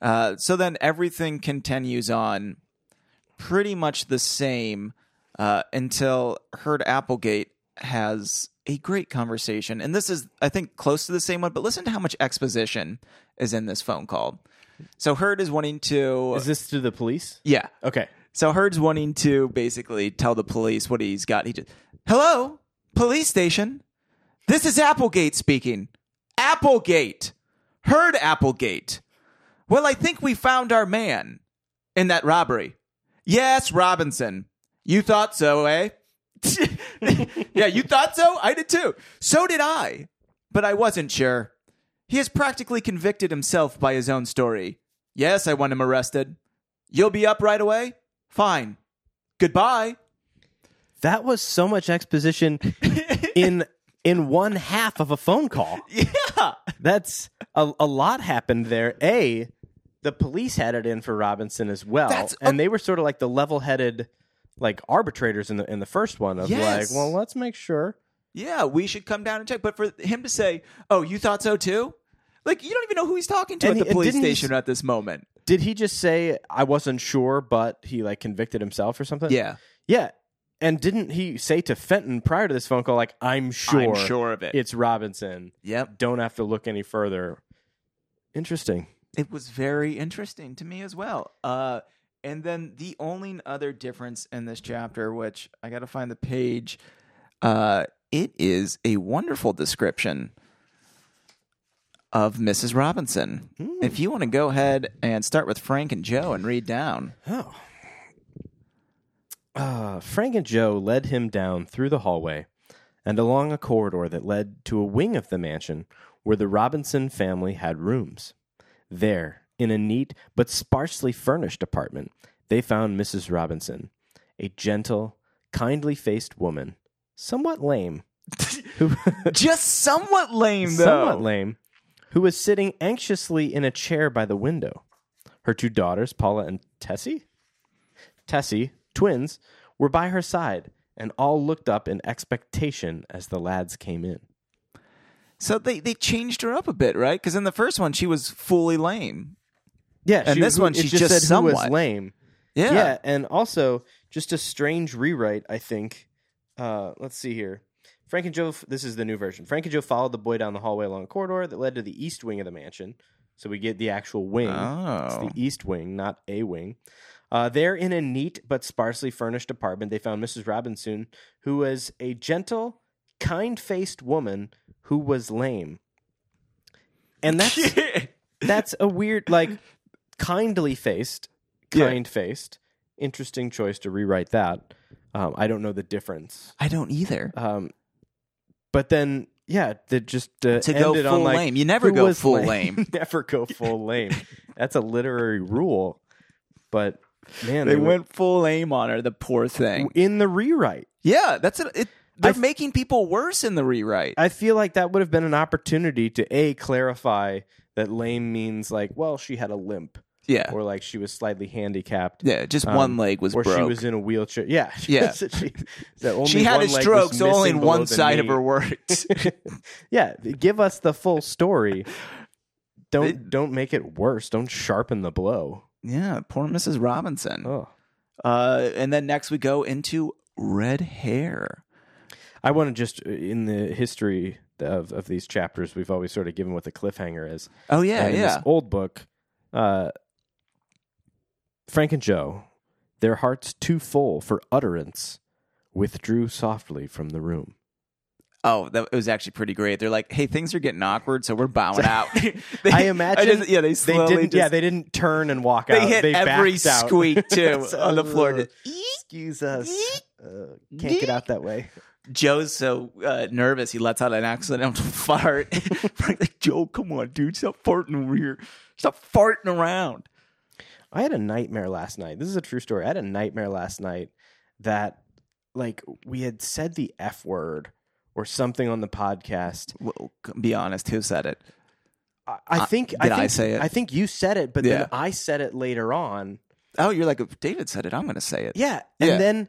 Speaker 2: Uh, so then everything continues on pretty much the same uh, until Herd Applegate has a great conversation, and this is I think close to the same one. But listen to how much exposition is in this phone call. So Herd is wanting to,
Speaker 1: Is this to the police?
Speaker 2: yeah,
Speaker 1: Okay.
Speaker 2: so Herd's wanting to basically tell the police what he's got. He just, hello, police station. This is Applegate speaking. Applegate. Herd Applegate. Well, I think we found our man in that robbery. Yes, Robinson. You thought so, eh? *laughs* yeah, you thought so? I did too. So did I. But I wasn't sure. He has practically convicted himself by his own story. Yes, I want him arrested. You'll be up right away? Fine. Goodbye.
Speaker 1: That was so much
Speaker 2: *laughs*
Speaker 1: exposition in in one half of a phone call.
Speaker 2: Yeah.
Speaker 1: That's a, a lot happened there. A, the police had it in for Robinson as well,
Speaker 2: That's a-
Speaker 1: and they were sort of like the level-headed, like arbitrators in the in the first one of
Speaker 2: Yes.
Speaker 1: like, well, let's make sure.
Speaker 2: Yeah, we should come down and check. But for him to say, oh, you thought so too? Like, you don't even know who he's talking to
Speaker 1: And
Speaker 2: at
Speaker 1: he-
Speaker 2: the
Speaker 1: and
Speaker 2: police
Speaker 1: didn't he
Speaker 2: station
Speaker 1: s-
Speaker 2: at this moment.
Speaker 1: Did he just say I wasn't sure, but he like convicted himself or something?
Speaker 2: Yeah.
Speaker 1: yeah. And didn't he say to Fenton prior to this phone call, like, I'm sure,
Speaker 2: of it.
Speaker 1: it's Robinson.
Speaker 2: Yep.
Speaker 1: Don't have to look any further. Interesting.
Speaker 2: It was very interesting to me as well. Uh, and then the only other difference in this chapter, which I got to find the page, uh, it is a wonderful description of Mrs. Robinson.
Speaker 1: Hmm.
Speaker 2: If you want to go ahead and start with Frank and Joe and read down.
Speaker 1: Oh. Uh, Frank and Joe led him down through the hallway and along a corridor that led to a wing of the mansion where the Robinson family had rooms. There, in a neat but sparsely furnished apartment, they found Mrs. Robinson, a gentle, kindly faced woman, somewhat lame, who,
Speaker 2: Just somewhat lame, though.
Speaker 1: somewhat lame, who was sitting anxiously in a chair by the window. Her two daughters, Paula and Tessie, Tessie, twins, were by her side and all looked up in expectation as the lads came in.
Speaker 2: So they, they changed her up a bit, right? Because in the first one, she was fully lame.
Speaker 1: Yeah,
Speaker 2: And this
Speaker 1: who-
Speaker 2: one,
Speaker 1: it
Speaker 2: she's
Speaker 1: just
Speaker 2: just
Speaker 1: said who was
Speaker 2: somewhat.
Speaker 1: lame.
Speaker 2: Yeah.
Speaker 1: yeah, and also just a strange rewrite. I think. Uh, let's see here. Frank and Joe. This is the new version. Frank and Joe followed the boy down the hallway along a corridor that led to the east wing of the mansion. So we get the actual wing. It's
Speaker 2: Oh.
Speaker 1: the east wing, not a wing. Uh, there, in a neat but sparsely furnished apartment, they found Mrs. Robinson, who was a gentle, kind-faced woman who was lame. And
Speaker 2: *laughs*
Speaker 1: that's that's a weird, like, kindly faced,
Speaker 2: Yeah.
Speaker 1: kind faced. Interesting choice to rewrite that. Um, I don't know the difference.
Speaker 2: I don't either.
Speaker 1: Um, but then, yeah, they just uh,
Speaker 2: To go
Speaker 1: ended
Speaker 2: full
Speaker 1: on like
Speaker 2: lame. You never
Speaker 1: who
Speaker 2: go
Speaker 1: was
Speaker 2: full lame.
Speaker 1: *laughs* Never go full lame. That's a literary rule. But man,
Speaker 2: They went full lame on her, the poor thing.
Speaker 1: in the rewrite.
Speaker 2: Yeah, that's it. it
Speaker 1: I
Speaker 2: they're
Speaker 1: f-
Speaker 2: making people worse in the rewrite.
Speaker 1: I feel like that would have been an opportunity to a clarify that lame means like, well, she had a limp,
Speaker 2: yeah.
Speaker 1: or like she was slightly handicapped.
Speaker 2: Yeah, just
Speaker 1: Um,
Speaker 2: one leg was
Speaker 1: or
Speaker 2: broke.
Speaker 1: she was in a wheelchair. Yeah, *laughs*
Speaker 2: Yeah.
Speaker 1: she, that only
Speaker 2: She had
Speaker 1: one
Speaker 2: a
Speaker 1: leg
Speaker 2: stroke,
Speaker 1: was
Speaker 2: so only
Speaker 1: missing below
Speaker 2: one
Speaker 1: the
Speaker 2: side of
Speaker 1: knee. *laughs*
Speaker 2: her worked.
Speaker 1: yeah, give us the full story.
Speaker 2: *laughs*
Speaker 1: Don't don't make it worse. Don't sharpen the blow.
Speaker 2: yeah, poor Mrs. Robinson.
Speaker 1: Oh,
Speaker 2: Uh, and then next we go into red hair.
Speaker 1: I want to just uh, in the history of of these chapters, we've always sort of given what the cliffhanger is.
Speaker 2: Oh yeah,
Speaker 1: And in
Speaker 2: yeah.
Speaker 1: this old book, uh, Frank and Joe, their hearts too full for utterance, withdrew softly from the room.
Speaker 2: Oh, that it was actually pretty great. They're like, "Hey, things are getting awkward, so we're bowing out." *laughs* They-
Speaker 1: *laughs* I imagine.
Speaker 2: just- yeah, they slowly
Speaker 1: didn't. yeah,
Speaker 2: just-
Speaker 1: they didn't turn and walk
Speaker 2: they
Speaker 1: out.
Speaker 2: hit
Speaker 1: they
Speaker 2: every
Speaker 1: backed out. *laughs*
Speaker 2: squeak too
Speaker 1: So,
Speaker 2: on the floor.
Speaker 1: ugh,
Speaker 2: Just-
Speaker 1: Excuse us. Uh, can't get out that way.
Speaker 2: Joe's so uh, nervous, he lets out an accidental *laughs* fart. Frank's like, Joe, come on, dude, stop farting over here. Stop farting around.
Speaker 1: I had a nightmare last night. This is a true story. I had a nightmare last night that like we had said the F word or something on the podcast.
Speaker 2: Well, be honest, who said it?
Speaker 1: I, Uh, I think
Speaker 2: did I
Speaker 1: think,
Speaker 2: say it?
Speaker 1: I think you said it, but
Speaker 2: Yeah.
Speaker 1: then I said it later on.
Speaker 2: Oh, you're like, if David said it, I'm going to say it.
Speaker 1: Yeah. And
Speaker 2: Yeah.
Speaker 1: then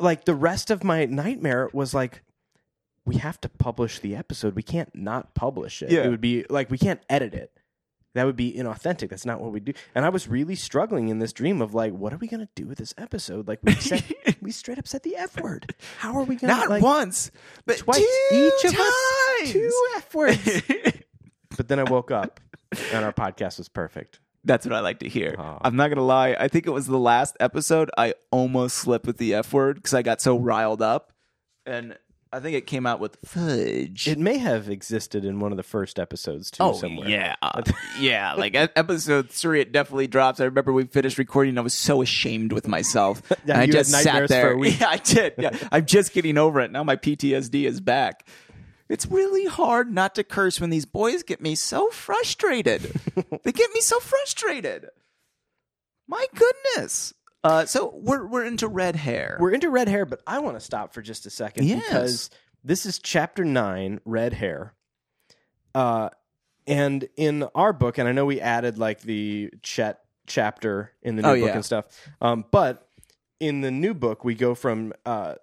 Speaker 1: like the rest of my nightmare was like we have to publish the episode. We can't not publish it.
Speaker 2: Yeah.
Speaker 1: It would be like we can't edit it. That would be inauthentic. That's not what we do. And I was really struggling in this dream of like, what are we gonna do with this episode? Like we
Speaker 2: *laughs*
Speaker 1: said, we straight up said the F word. How are we gonna
Speaker 2: Not
Speaker 1: like,
Speaker 2: once, but
Speaker 1: twice
Speaker 2: two
Speaker 1: each of
Speaker 2: times.
Speaker 1: us two F
Speaker 2: *laughs*
Speaker 1: words? but then I woke up and our podcast was perfect.
Speaker 2: That's what I like to hear.
Speaker 1: Aw.
Speaker 2: I'm not going to lie. I think it was the last episode I almost slipped with the F word because I got so riled up. And I think it came out with fudge.
Speaker 1: It may have existed in one of the first episodes too somewhere.
Speaker 2: Oh, yeah. uh,
Speaker 1: *laughs*
Speaker 2: yeah. Like e- episode three, it definitely drops. I remember we finished recording and I was so ashamed with myself.
Speaker 1: *laughs* Yeah,
Speaker 2: and I
Speaker 1: you had
Speaker 2: just sat
Speaker 1: nightmares for
Speaker 2: there.
Speaker 1: a week.
Speaker 2: *laughs* Yeah, I did. Yeah. I'm just getting over it. Now my PTSD is back. It's really hard not to curse when these boys get me
Speaker 1: *laughs*
Speaker 2: so frustrated. they get me so frustrated. My goodness. Uh, so we're we're into red hair.
Speaker 1: we're into red hair, but I want to stop for just a second
Speaker 2: Yes.
Speaker 1: because this is chapter nine, red hair. Uh, and in our book, and I know we added like the Chet chapter in the new
Speaker 2: Oh,
Speaker 1: book
Speaker 2: yeah.
Speaker 1: and stuff. Um, but in the new book, we go from uh,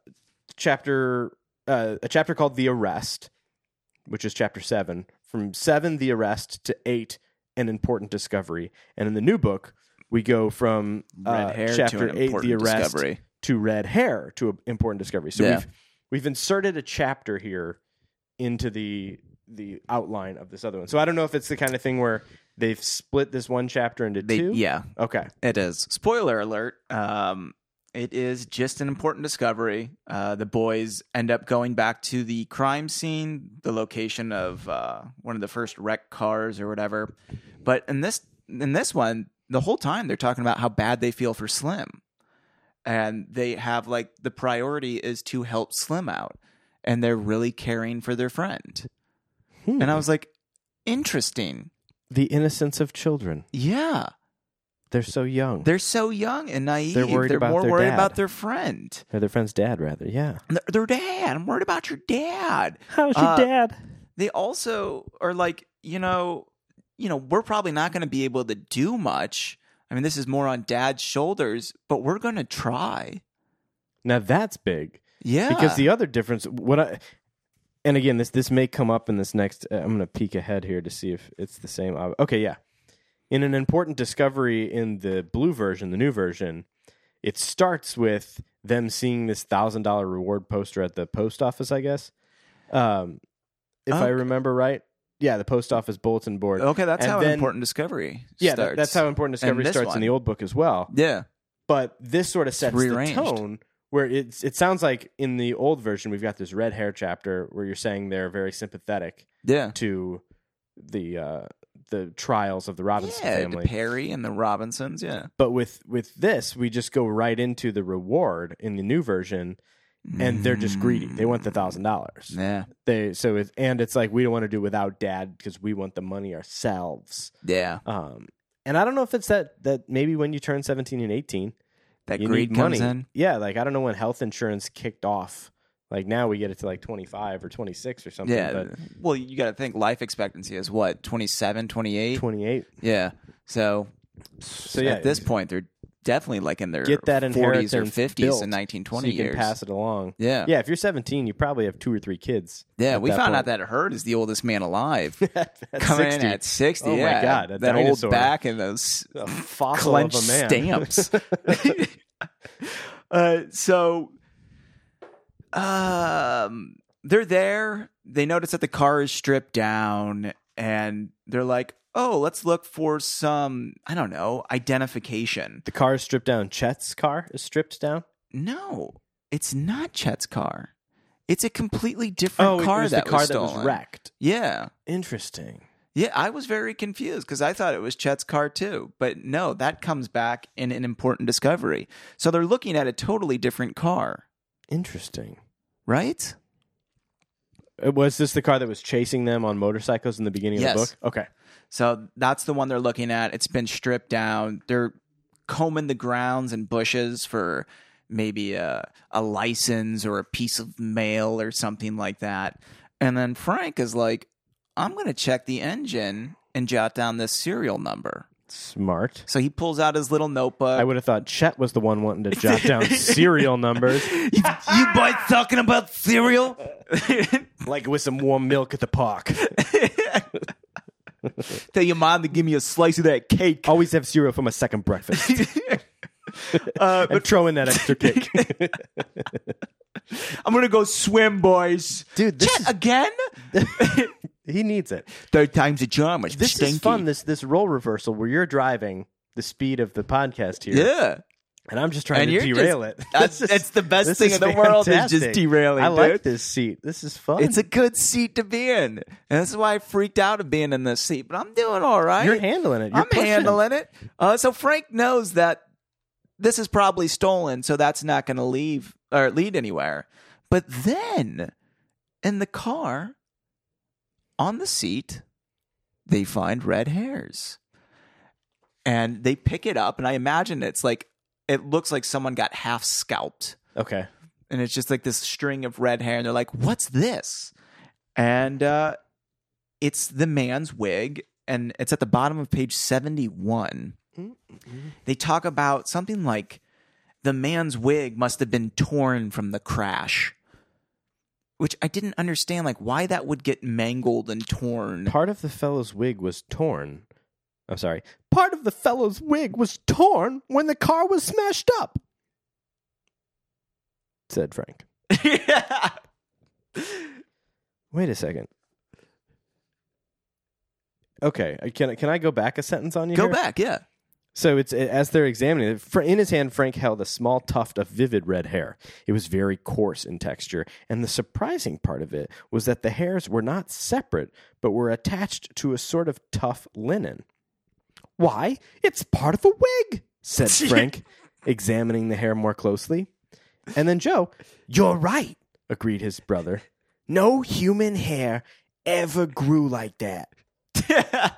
Speaker 1: chapter uh, a chapter called the arrest, which is chapter seven. From seven, the arrest to eight, an important discovery. And in the new book, we go from uh,
Speaker 2: Red hair to
Speaker 1: chapter
Speaker 2: an
Speaker 1: eight, the
Speaker 2: important
Speaker 1: arrest
Speaker 2: discovery.
Speaker 1: to red hair to an important discovery. So
Speaker 2: Yeah.
Speaker 1: we've we've inserted a chapter here into the the outline of this other one. So I don't know if it's the kind of thing where they've split this one chapter into
Speaker 2: They-
Speaker 1: two.
Speaker 2: yeah,
Speaker 1: Okay.
Speaker 2: It is. Spoiler alert. Um, it is just an important discovery. Uh, the boys end up going back to the crime scene, the location of uh, one of the first wrecked cars or whatever. But in this in this one, the whole time they're talking about how bad they feel for Slim, and they have like the priority is to help Slim out, and they're really caring for their friend.
Speaker 1: Hmm.
Speaker 2: And I was like, interesting.
Speaker 1: the innocence of children.
Speaker 2: Yeah.
Speaker 1: They're so young. They're,
Speaker 2: They're so young and naive.
Speaker 1: They're worried about
Speaker 2: more
Speaker 1: their
Speaker 2: worried
Speaker 1: dad.
Speaker 2: about their friend,
Speaker 1: their friend's dad, rather. Yeah.
Speaker 2: And their, their dad. I'm worried about your dad.
Speaker 1: How's
Speaker 2: your Uh,
Speaker 1: dad?
Speaker 2: They also are like, you know, you know, we're probably not going to be able to do much. I mean, this is more on dad's shoulders, but we're going to try.
Speaker 1: Now that's big
Speaker 2: Yeah.
Speaker 1: because the other difference, what I, and again, this this may come up in this next. uh, I'm going to peek ahead here to see if it's the same. ob- Okay, yeah. In an important discovery in the blue version, the new version, it starts with them seeing this thousand dollar reward poster at the post office. I guess, um, if I
Speaker 2: Okay.
Speaker 1: remember right, yeah, the post office bulletin board.
Speaker 2: okay, that's
Speaker 1: and
Speaker 2: how
Speaker 1: then-
Speaker 2: important discovery
Speaker 1: Yeah,
Speaker 2: starts.
Speaker 1: that, that's how important
Speaker 2: And
Speaker 1: discovery
Speaker 2: this
Speaker 1: starts in
Speaker 2: one.
Speaker 1: the old book as well
Speaker 2: Yeah.
Speaker 1: but this sort of sets the
Speaker 2: rearranged.
Speaker 1: tone where it's it sounds like in the old version we've got this red hair chapter where you're saying they're very sympathetic
Speaker 2: Yeah.
Speaker 1: to the uh the trials of the Robinson
Speaker 2: yeah,
Speaker 1: family.
Speaker 2: to Perry and the Robinsons. Yeah.
Speaker 1: but with with this we just go right into the reward in the new version and they're just greedy. They want the $1000.
Speaker 2: Mm-hmm. Yeah.
Speaker 1: They so it, and it's like we don't want to do without dad because we want the money ourselves.
Speaker 2: Yeah.
Speaker 1: Um and I don't know if it's that that maybe when you turn 17 and 18
Speaker 2: That
Speaker 1: you
Speaker 2: greed
Speaker 1: need
Speaker 2: comes
Speaker 1: money.
Speaker 2: in.
Speaker 1: Yeah, like I don't know when health insurance kicked off. Like now we get it to like 25 or 26 or something,
Speaker 2: Yeah.
Speaker 1: but
Speaker 2: well, you got to think life expectancy is what, 27, 28?
Speaker 1: 28.
Speaker 2: Yeah. So,
Speaker 1: So yeah,
Speaker 2: at this point, they're definitely like in their
Speaker 1: Get that
Speaker 2: 40s or
Speaker 1: inheritance
Speaker 2: 50s
Speaker 1: built
Speaker 2: and 1920
Speaker 1: so you can
Speaker 2: years.
Speaker 1: pass it along.
Speaker 2: yeah.
Speaker 1: Yeah, if you're 17, you probably have two or three kids.
Speaker 2: Yeah,
Speaker 1: at
Speaker 2: we
Speaker 1: that point.
Speaker 2: found out that Hurd is the oldest man alive.
Speaker 1: At- *laughs* at
Speaker 2: Coming
Speaker 1: 60,
Speaker 2: in at 60.
Speaker 1: Oh my
Speaker 2: yeah.
Speaker 1: God, a
Speaker 2: That
Speaker 1: dinosaur.
Speaker 2: old back and those
Speaker 1: a fossil of
Speaker 2: clenched
Speaker 1: a man. *laughs*
Speaker 2: stamps. uh, so um, they're there. They notice that the car is stripped down and they're like, oh, let's look for some, I don't know, identification.
Speaker 1: the car is stripped down. Chet's car is stripped down.
Speaker 2: No, it's not Chet's car. It's a completely different
Speaker 1: Oh,
Speaker 2: car
Speaker 1: it was
Speaker 2: that
Speaker 1: the car
Speaker 2: was
Speaker 1: that was
Speaker 2: stolen.
Speaker 1: wrecked.
Speaker 2: Yeah.
Speaker 1: Interesting.
Speaker 2: Yeah, I was very confused because I thought it was Chet's car too. But no, that comes back in an important discovery. So they're looking at a totally different car,
Speaker 1: Interesting.
Speaker 2: right?
Speaker 1: Uh, Was this the car that was chasing them on motorcycles in the beginning of
Speaker 2: Yes.
Speaker 1: the book? Okay.
Speaker 2: So that's the one they're looking at. It's been stripped down. They're combing the grounds and bushes for maybe a, a license or a piece of mail or something like that. And then Frank is like, I'm going to check the engine and jot down this serial number.
Speaker 1: Smart.
Speaker 2: So he pulls out his little notebook.
Speaker 1: I would have thought Chet was the one wanting to jot
Speaker 2: *laughs*
Speaker 1: down serial numbers,
Speaker 2: you, you boys talking about cereal?
Speaker 1: like with some warm milk at the park.
Speaker 2: *laughs* Tell your mom to give me a slice of that
Speaker 1: *laughs*
Speaker 2: cake.
Speaker 1: Always have cereal for my second breakfast. *laughs*
Speaker 2: Uh,
Speaker 1: I'm throwing that extra *laughs* cake.
Speaker 2: I'm gonna go swim, boys.
Speaker 1: Dude, this
Speaker 2: Chet,
Speaker 1: is-
Speaker 2: again?
Speaker 1: he needs it.
Speaker 2: Third time's a charm. It's
Speaker 1: This
Speaker 2: stinky.
Speaker 1: is fun. This this role reversal where you're driving the speed of the podcast here,
Speaker 2: yeah,
Speaker 1: and I'm just trying
Speaker 2: And
Speaker 1: to
Speaker 2: you're
Speaker 1: derail
Speaker 2: just-
Speaker 1: it. *laughs*
Speaker 2: that's-
Speaker 1: This
Speaker 2: it's the best
Speaker 1: this
Speaker 2: thing in the world is just
Speaker 1: fantastic.
Speaker 2: derailing,
Speaker 1: I like
Speaker 2: dude.
Speaker 1: this seat. This is fun.
Speaker 2: it's a good seat to be in, and this is why I freaked out of being in this seat. But I'm doing all right.
Speaker 1: you're handling it. You're
Speaker 2: I'm
Speaker 1: pushing.
Speaker 2: handling it. Uh, so Frank knows that this is probably stolen, so that's not going to leave or lead anywhere. But then, in the car, on the seat, they find red hairs, and they pick it up. And I imagine it's like it looks like someone got half scalped,
Speaker 1: Okay.
Speaker 2: and it's just like this string of red hair. And they're like, "What's this?" And uh, it's the man's wig, and it's at the bottom of page 71.
Speaker 1: Mm-hmm.
Speaker 2: They talk about something like the man's wig must have been torn from the crash, which I didn't understand, like why that would get mangled and torn.
Speaker 1: *laughs* Part of the fellow's wig was torn. I'm sorry. Part of the fellow's wig was torn when the car was smashed up. Said Frank.
Speaker 2: yeah.
Speaker 1: Wait a second. Okay, I- can I- can I go back a sentence on you?
Speaker 2: *laughs* Go
Speaker 1: here?
Speaker 2: back, yeah.
Speaker 1: So it's as they're examining it. Fr- In his hand, Frank held a small tuft of vivid red hair. It was very coarse in texture, and the surprising part of it was that the hairs were not separate, but were attached to a sort of tough linen. Why, it's part of a wig," said Frank, examining the hair more closely. And then Joe, "You're right," agreed his brother. "No human hair ever grew like that."
Speaker 2: *laughs*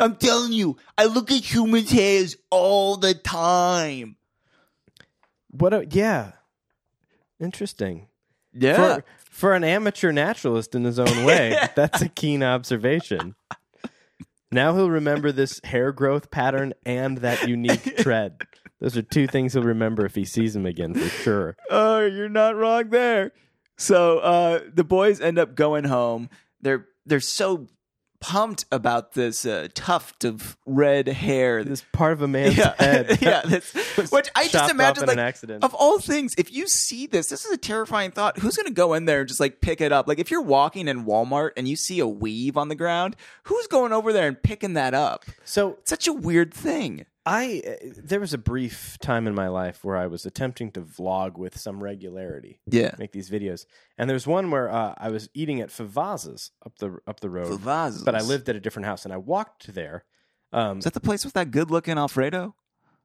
Speaker 2: I'm telling you, I look at humans' hairs all the time.
Speaker 1: What? A, yeah, interesting.
Speaker 2: Yeah.
Speaker 1: for, for an amateur naturalist in his own
Speaker 2: *laughs*
Speaker 1: way, that's a keen observation.
Speaker 2: *laughs*
Speaker 1: Now he'll remember this hair growth pattern and that unique tread Those are two things he'll remember if he sees them again for sure.
Speaker 2: Oh, you're not wrong there. So uh, the boys end up going home. They're they're so pumped about this uh, tuft of red hair.
Speaker 1: This part of a man's
Speaker 2: *laughs* yeah,
Speaker 1: head.
Speaker 2: yeah.
Speaker 1: *laughs*
Speaker 2: That's,
Speaker 1: was
Speaker 2: which I
Speaker 1: chopped
Speaker 2: just
Speaker 1: off
Speaker 2: imagine
Speaker 1: in
Speaker 2: like oh.
Speaker 1: an accident.
Speaker 2: of all things, if you see this, this is a terrifying thought. Who's going to go in there and just like pick it up? Like if you're walking in Walmart and you see a weave on the ground, who's going over there and picking that up?
Speaker 1: so
Speaker 2: It's such a weird thing.
Speaker 1: I uh, there was a brief time in my life where I was attempting to vlog with some regularity,
Speaker 2: Yeah.
Speaker 1: make these videos, and there's one where uh, I was eating at Favaz's up the up the road,
Speaker 2: Vases.
Speaker 1: but I lived at a different house and I walked there. Um,
Speaker 2: Is that the place with that good-looking Alfredo?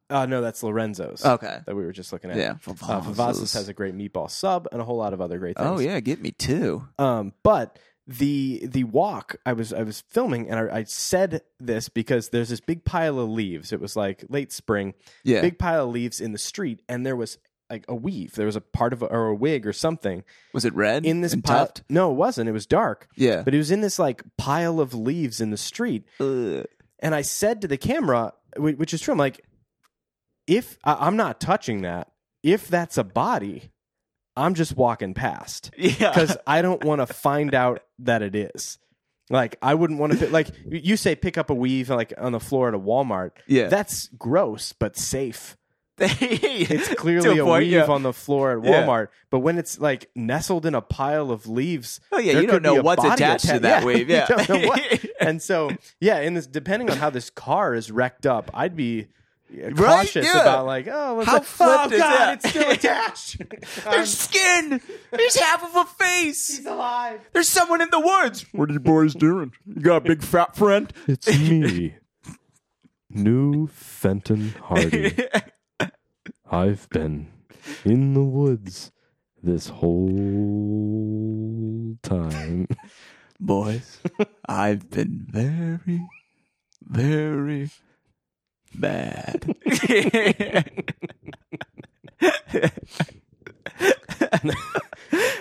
Speaker 1: uh, no, that's Lorenzo's
Speaker 2: Okay.
Speaker 1: that we were just looking at.
Speaker 2: Yeah.
Speaker 1: Uh, Favaz's has a great meatball sub and a whole lot of other great things.
Speaker 2: Oh yeah, get me too.
Speaker 1: Um, but the the walk I was I was filming and I, I said this because there's this big pile of leaves. It was like late spring,
Speaker 2: Yeah.
Speaker 1: big pile of leaves in the street, and there was like a weave. There was a part of a, or a wig or something
Speaker 2: was it red?
Speaker 1: in this
Speaker 2: and
Speaker 1: pile.
Speaker 2: tuft?
Speaker 1: No, it wasn't. It was dark,
Speaker 2: Yeah.
Speaker 1: but it was in this like pile of leaves in the street.
Speaker 2: Ugh. *laughs*
Speaker 1: And I said to the camera, whi- which is true, I'm like, if I, I'm not touching that, if that's a body, I'm just walking past *laughs*
Speaker 2: yeah. *laughs*
Speaker 1: because I don't want to find out that it is. Like I wouldn't want to like you say pick up a weave like on the floor at a Walmart.
Speaker 2: yeah.
Speaker 1: That's gross but safe. It's
Speaker 2: *laughs* it's
Speaker 1: clearly a, weave on the floor at
Speaker 2: Yeah.
Speaker 1: Walmart, but when it's like nestled in a pile of leaves,
Speaker 2: Oh yeah,
Speaker 1: there
Speaker 2: you
Speaker 1: could
Speaker 2: don't
Speaker 1: be
Speaker 2: know
Speaker 1: a
Speaker 2: what's
Speaker 1: body
Speaker 2: attached to
Speaker 1: atta-
Speaker 2: that
Speaker 1: Yeah,
Speaker 2: wave.
Speaker 1: *laughs* you
Speaker 2: Yeah.
Speaker 1: don't know
Speaker 2: *laughs*
Speaker 1: what. and so yeah, in this depending on how this car is wrecked up, I'd be uh,
Speaker 2: Right?
Speaker 1: cautious
Speaker 2: Yeah.
Speaker 1: about like oh what's
Speaker 2: How
Speaker 1: that?
Speaker 2: flipped
Speaker 1: oh,
Speaker 2: is
Speaker 1: God,
Speaker 2: that?
Speaker 1: it's
Speaker 2: *laughs*
Speaker 1: still attached. *laughs* I'm-
Speaker 2: There's skin. There's half of a face.
Speaker 1: he's alive.
Speaker 2: There's someone in the woods. What are you boys doing? You got a big fat friend?
Speaker 1: It's me, new Fenton
Speaker 2: *laughs*
Speaker 1: Hardy. I've been in the woods this whole time.
Speaker 2: Boys, I've been very, very bad.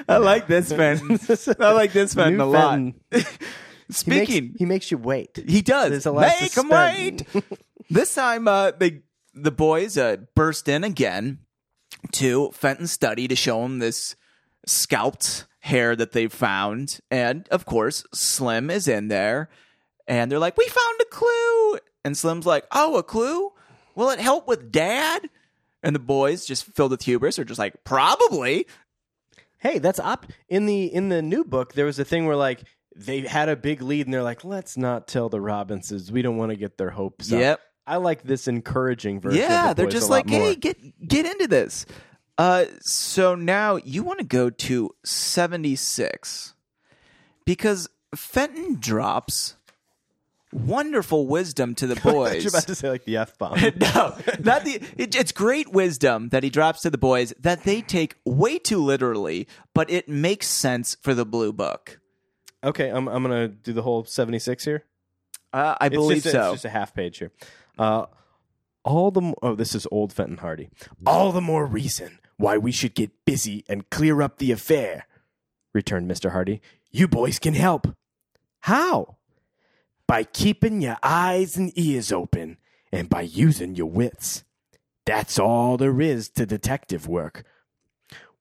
Speaker 2: I like this man. I like this man a lot.
Speaker 1: He
Speaker 2: Speaking,
Speaker 1: makes, he makes you wait.
Speaker 2: He does.
Speaker 1: There's a lot of
Speaker 2: Make him wait.
Speaker 1: suspense.
Speaker 2: this time, uh, they the boys uh, burst in again to Fenton's study to show him this scalped hair that they found, and of course, Slim is in there, and they're like, "We found a clue," and Slim's like, "Oh, a clue? Will it help with Dad?" And the boys, just filled with hubris, are just like, "Probably."
Speaker 1: Hey, that's op in the in the new book. There was a thing where like they had a big lead and they're like, let's not tell the Robinsons. We don't want to get their hopes up.
Speaker 2: Yep.
Speaker 1: I like this encouraging version. of
Speaker 2: yeah
Speaker 1: the
Speaker 2: they're
Speaker 1: boys a
Speaker 2: just
Speaker 1: lot
Speaker 2: like
Speaker 1: more.
Speaker 2: hey get get into this uh so now you want to go to 76 because fenton drops wonderful wisdom to
Speaker 1: *laughs* *laughs*
Speaker 2: the
Speaker 1: I thought
Speaker 2: boys
Speaker 1: you were about to say like the f bomb.
Speaker 2: *laughs* no not the it- it's great wisdom that he drops to the boys that they take way too literally but it makes sense for the blue book
Speaker 1: Okay, I'm I'm gonna do the whole 76 here.
Speaker 2: uh, i
Speaker 1: It's
Speaker 2: believe
Speaker 1: just a,
Speaker 2: so
Speaker 1: It's just a half page here. Uh, all the mo- oh, this is old Fenton Hardy. All the more reason why we should get busy and clear up the affair. Returned Mister Hardy. You boys can help. How? By keeping your eyes and ears open, and by using your wits. That's all there is to detective work.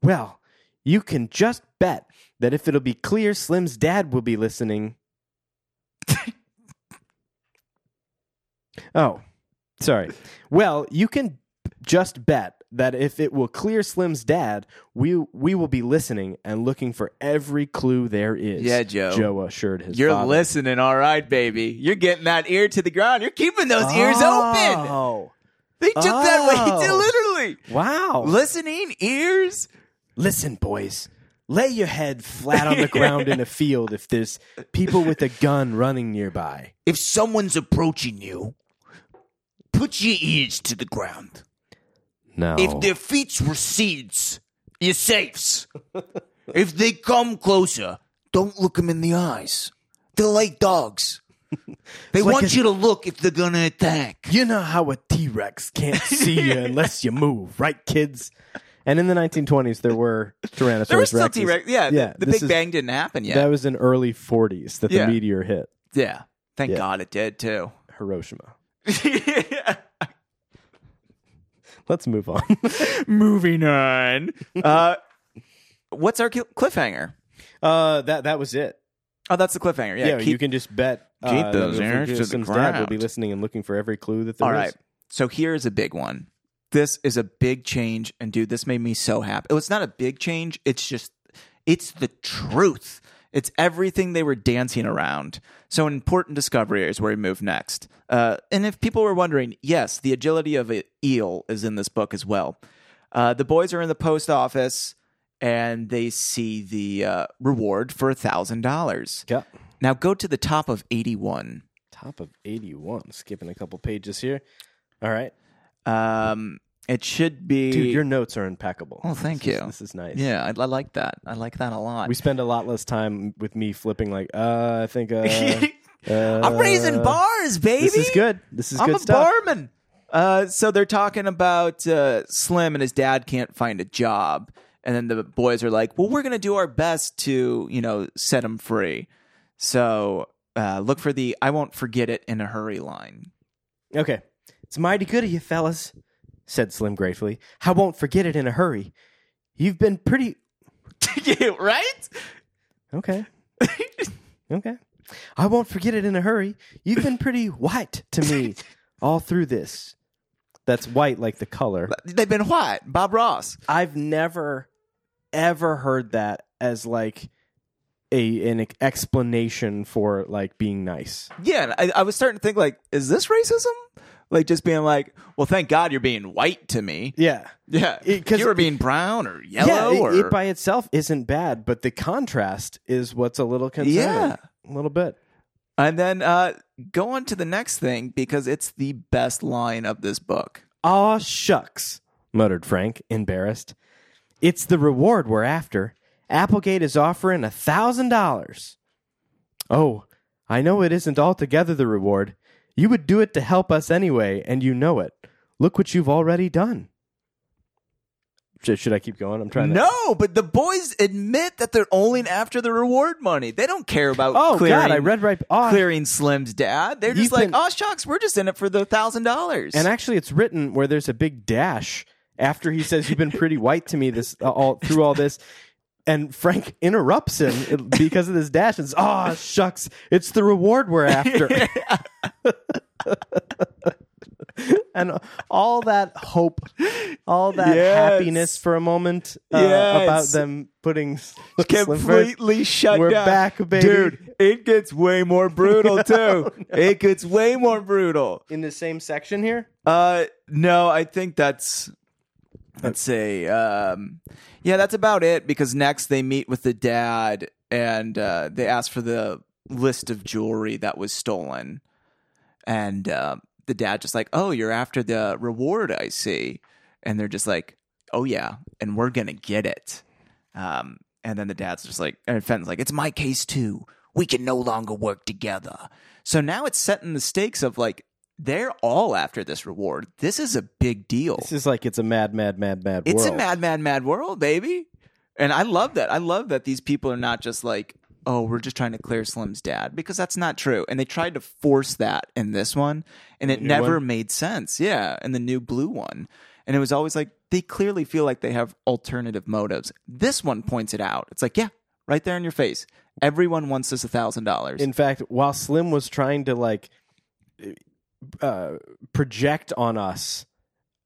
Speaker 1: Well, you can just bet that if it'll be clear Slim's dad will be listening. *laughs* oh, sorry. Well, you can just bet that if it will clear Slim's dad, we we will be listening and looking for every clue there is.
Speaker 2: Yeah, Joe.
Speaker 1: Joe assured his
Speaker 2: you're
Speaker 1: father.
Speaker 2: listening all right baby you're getting that ear to the ground you're keeping those ears open
Speaker 1: Oh,
Speaker 2: They took that way
Speaker 1: Oh.
Speaker 2: literally.
Speaker 1: wow.
Speaker 2: Listening ears.
Speaker 1: Listen, boys. Lay your head flat
Speaker 2: *laughs*
Speaker 1: on the ground in a field if there's people with a gun running nearby.
Speaker 2: If someone's approaching you, put your ears to the ground.
Speaker 1: No.
Speaker 2: Oh.
Speaker 3: If their feet recedes, you're
Speaker 2: *laughs*
Speaker 3: safe. if they come closer, don't look them in the eyes. They're like
Speaker 2: *laughs*
Speaker 3: dogs. They
Speaker 1: like
Speaker 3: want
Speaker 1: a-
Speaker 3: you to look if they're gonna attack.
Speaker 1: you know how a T Rex can't see
Speaker 2: *laughs*
Speaker 1: you unless you move, right, kids? And in the 1920s, there were Tyrannosaurus
Speaker 2: There was still
Speaker 1: rexes.
Speaker 2: T Rex. Yeah, the-
Speaker 1: Yeah,
Speaker 2: the,
Speaker 1: this
Speaker 2: Big
Speaker 1: is-
Speaker 2: Bang didn't happen yet.
Speaker 1: That was in early 40s that
Speaker 2: Yeah.
Speaker 1: the meteor hit
Speaker 2: yeah. Thank
Speaker 1: Yeah. *laughs*
Speaker 2: God it did too.
Speaker 1: Hiroshima. Let's move on. *laughs*
Speaker 2: Moving on. Uh, what's our cl- cliffhanger?
Speaker 1: uh, that that was it.
Speaker 2: Oh, that's the cliffhanger. Yeah.
Speaker 1: Yeah,
Speaker 2: keep-
Speaker 1: you can just bet. uh,
Speaker 2: keep
Speaker 1: that
Speaker 2: those
Speaker 1: Milford
Speaker 2: errands to the
Speaker 1: Gibson's dad will be
Speaker 2: ground.
Speaker 1: listening and looking for every clue that there
Speaker 2: All
Speaker 1: is.
Speaker 2: right. So here's a big one. This is a big change, and dude, this made me so happy. It's not a big change. It's just, it's the truth. It's everything they were dancing around. So an important discovery is where we move next. Uh, and if people were wondering, yes, the agility of an eel is in this book as well. Uh, the boys are in the post office, and they see the uh, reward for a thousand dollars.
Speaker 1: Yeah.
Speaker 2: Now go to the top of eighty-one.
Speaker 1: Top of 81. Skipping a couple pages here. All right.
Speaker 2: Um, it should be
Speaker 1: Dude, your notes are impeccable.
Speaker 2: Oh, thank
Speaker 1: This is-
Speaker 2: you.
Speaker 1: this is nice.
Speaker 2: Yeah, I, I like that. I like that a lot.
Speaker 1: We spend a lot less time with me flipping like, uh, I think uh, uh,
Speaker 2: *laughs* I'm raising bars, baby.
Speaker 1: This is good. This is
Speaker 2: I'm
Speaker 1: good
Speaker 2: a
Speaker 1: stuff.
Speaker 2: barman. Uh, so they're talking about uh, Slim and his dad can't find a job, and then the boys are like, "Well, we're gonna do our best to, you know, set him free." So uh, look for the "I won't forget it in a
Speaker 1: *laughs*
Speaker 2: hurry" line.
Speaker 1: Okay. It's mighty good of you, fellas, said Slim gratefully. I won't forget it in a hurry. You've been pretty
Speaker 2: You- right? *laughs*
Speaker 1: Okay. okay. I won't forget it in a hurry. You've been pretty white to
Speaker 2: *laughs*
Speaker 1: me all through this. That's white like the color.
Speaker 2: They've been what? Bob Ross.
Speaker 1: I've never ever heard that as like a an explanation for like being nice.
Speaker 2: Yeah, and I, I was starting to think like, is this racism? Like just being like, well, thank God you're being white to me.
Speaker 1: Yeah.
Speaker 2: Yeah,
Speaker 1: It- 'cause
Speaker 2: you were being brown or yellow
Speaker 1: yeah,
Speaker 2: or
Speaker 1: it, it by itself isn't bad, but the contrast is what's a little concerning.
Speaker 2: Yeah.
Speaker 1: A little bit.
Speaker 2: and then uh, go on to the next thing because it's the best line of this book.
Speaker 1: Aw, shucks, muttered Frank, embarrassed. It's the reward we're after. Applegate is offering a thousand dollars. Oh, I know it isn't altogether the reward. You would do it to help us anyway, and you know it. Look what you've already done. Should, should I keep going? I'm trying to.
Speaker 2: No, but the boys admit that they're only after the reward money. They don't care about
Speaker 1: Oh
Speaker 2: clearing,
Speaker 1: God, I read right. Oh,
Speaker 2: clearing Slim's dad. They're just
Speaker 1: You
Speaker 2: like,
Speaker 1: can-
Speaker 2: oh shucks, we're just in it for the thousand dollars. *laughs*
Speaker 1: And actually, it's written where there's a big dash after he says, "You've been pretty white to me this uh, all through all this." And Frank interrupts him because of this dash and says, "Ah, shucks, it's the reward we're
Speaker 2: *laughs*
Speaker 1: after." *laughs* and all that hope, all that
Speaker 2: Yes.
Speaker 1: happiness for a moment uh,
Speaker 2: Yes.
Speaker 1: about them putting Slim first.
Speaker 2: completely shut
Speaker 1: We're
Speaker 2: down.
Speaker 1: back, baby.
Speaker 2: Dude, it gets way more brutal too.
Speaker 1: *laughs*
Speaker 2: It gets way more brutal.
Speaker 1: in the same section here.
Speaker 2: Uh no, I think that's let's say um yeah, that's about it because next they meet with the dad and uh they ask for the list of jewelry that was stolen. And uh, the dad just like, "Oh, you're after the reward, I see." And they're just like, "Oh yeah, and we're going to get it." Um and then the dad's just like and Fenton's like, "It's my case too. We can no longer work together." So now it's setting the stakes of like they're all after this reward. This is a big deal.
Speaker 1: This is like it's a mad, mad, mad, mad
Speaker 2: It's
Speaker 1: world.
Speaker 2: a mad, mad, mad world, baby. And I love that. I love that these people are not just like, oh, we're just trying to clear Slim's dad, because that's not true. And they tried to force that in this one, and it
Speaker 1: new
Speaker 2: never made sense. Yeah. And the new blue one. And it was always like, they clearly feel like they have alternative motives. This one points it out. It's like, yeah, right there in your face. Everyone wants this $1,000.
Speaker 1: In fact, while Slim was trying to like uh, project on us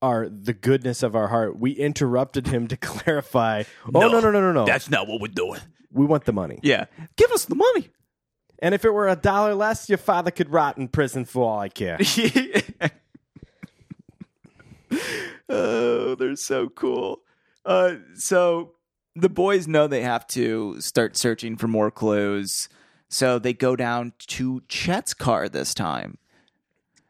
Speaker 1: our the goodness of our heart, we interrupted him to *laughs* clarify. Oh no, no, no, no, no!
Speaker 3: That's not what we're doing.
Speaker 1: we want the money.
Speaker 2: Yeah. Give us the money.
Speaker 1: And if it were a dollar less, your father could rot in prison for all I care.
Speaker 2: *laughs* oh, they're so cool. Uh, so the boys know they have to start searching for more clues. So they go down to Chet's car this time.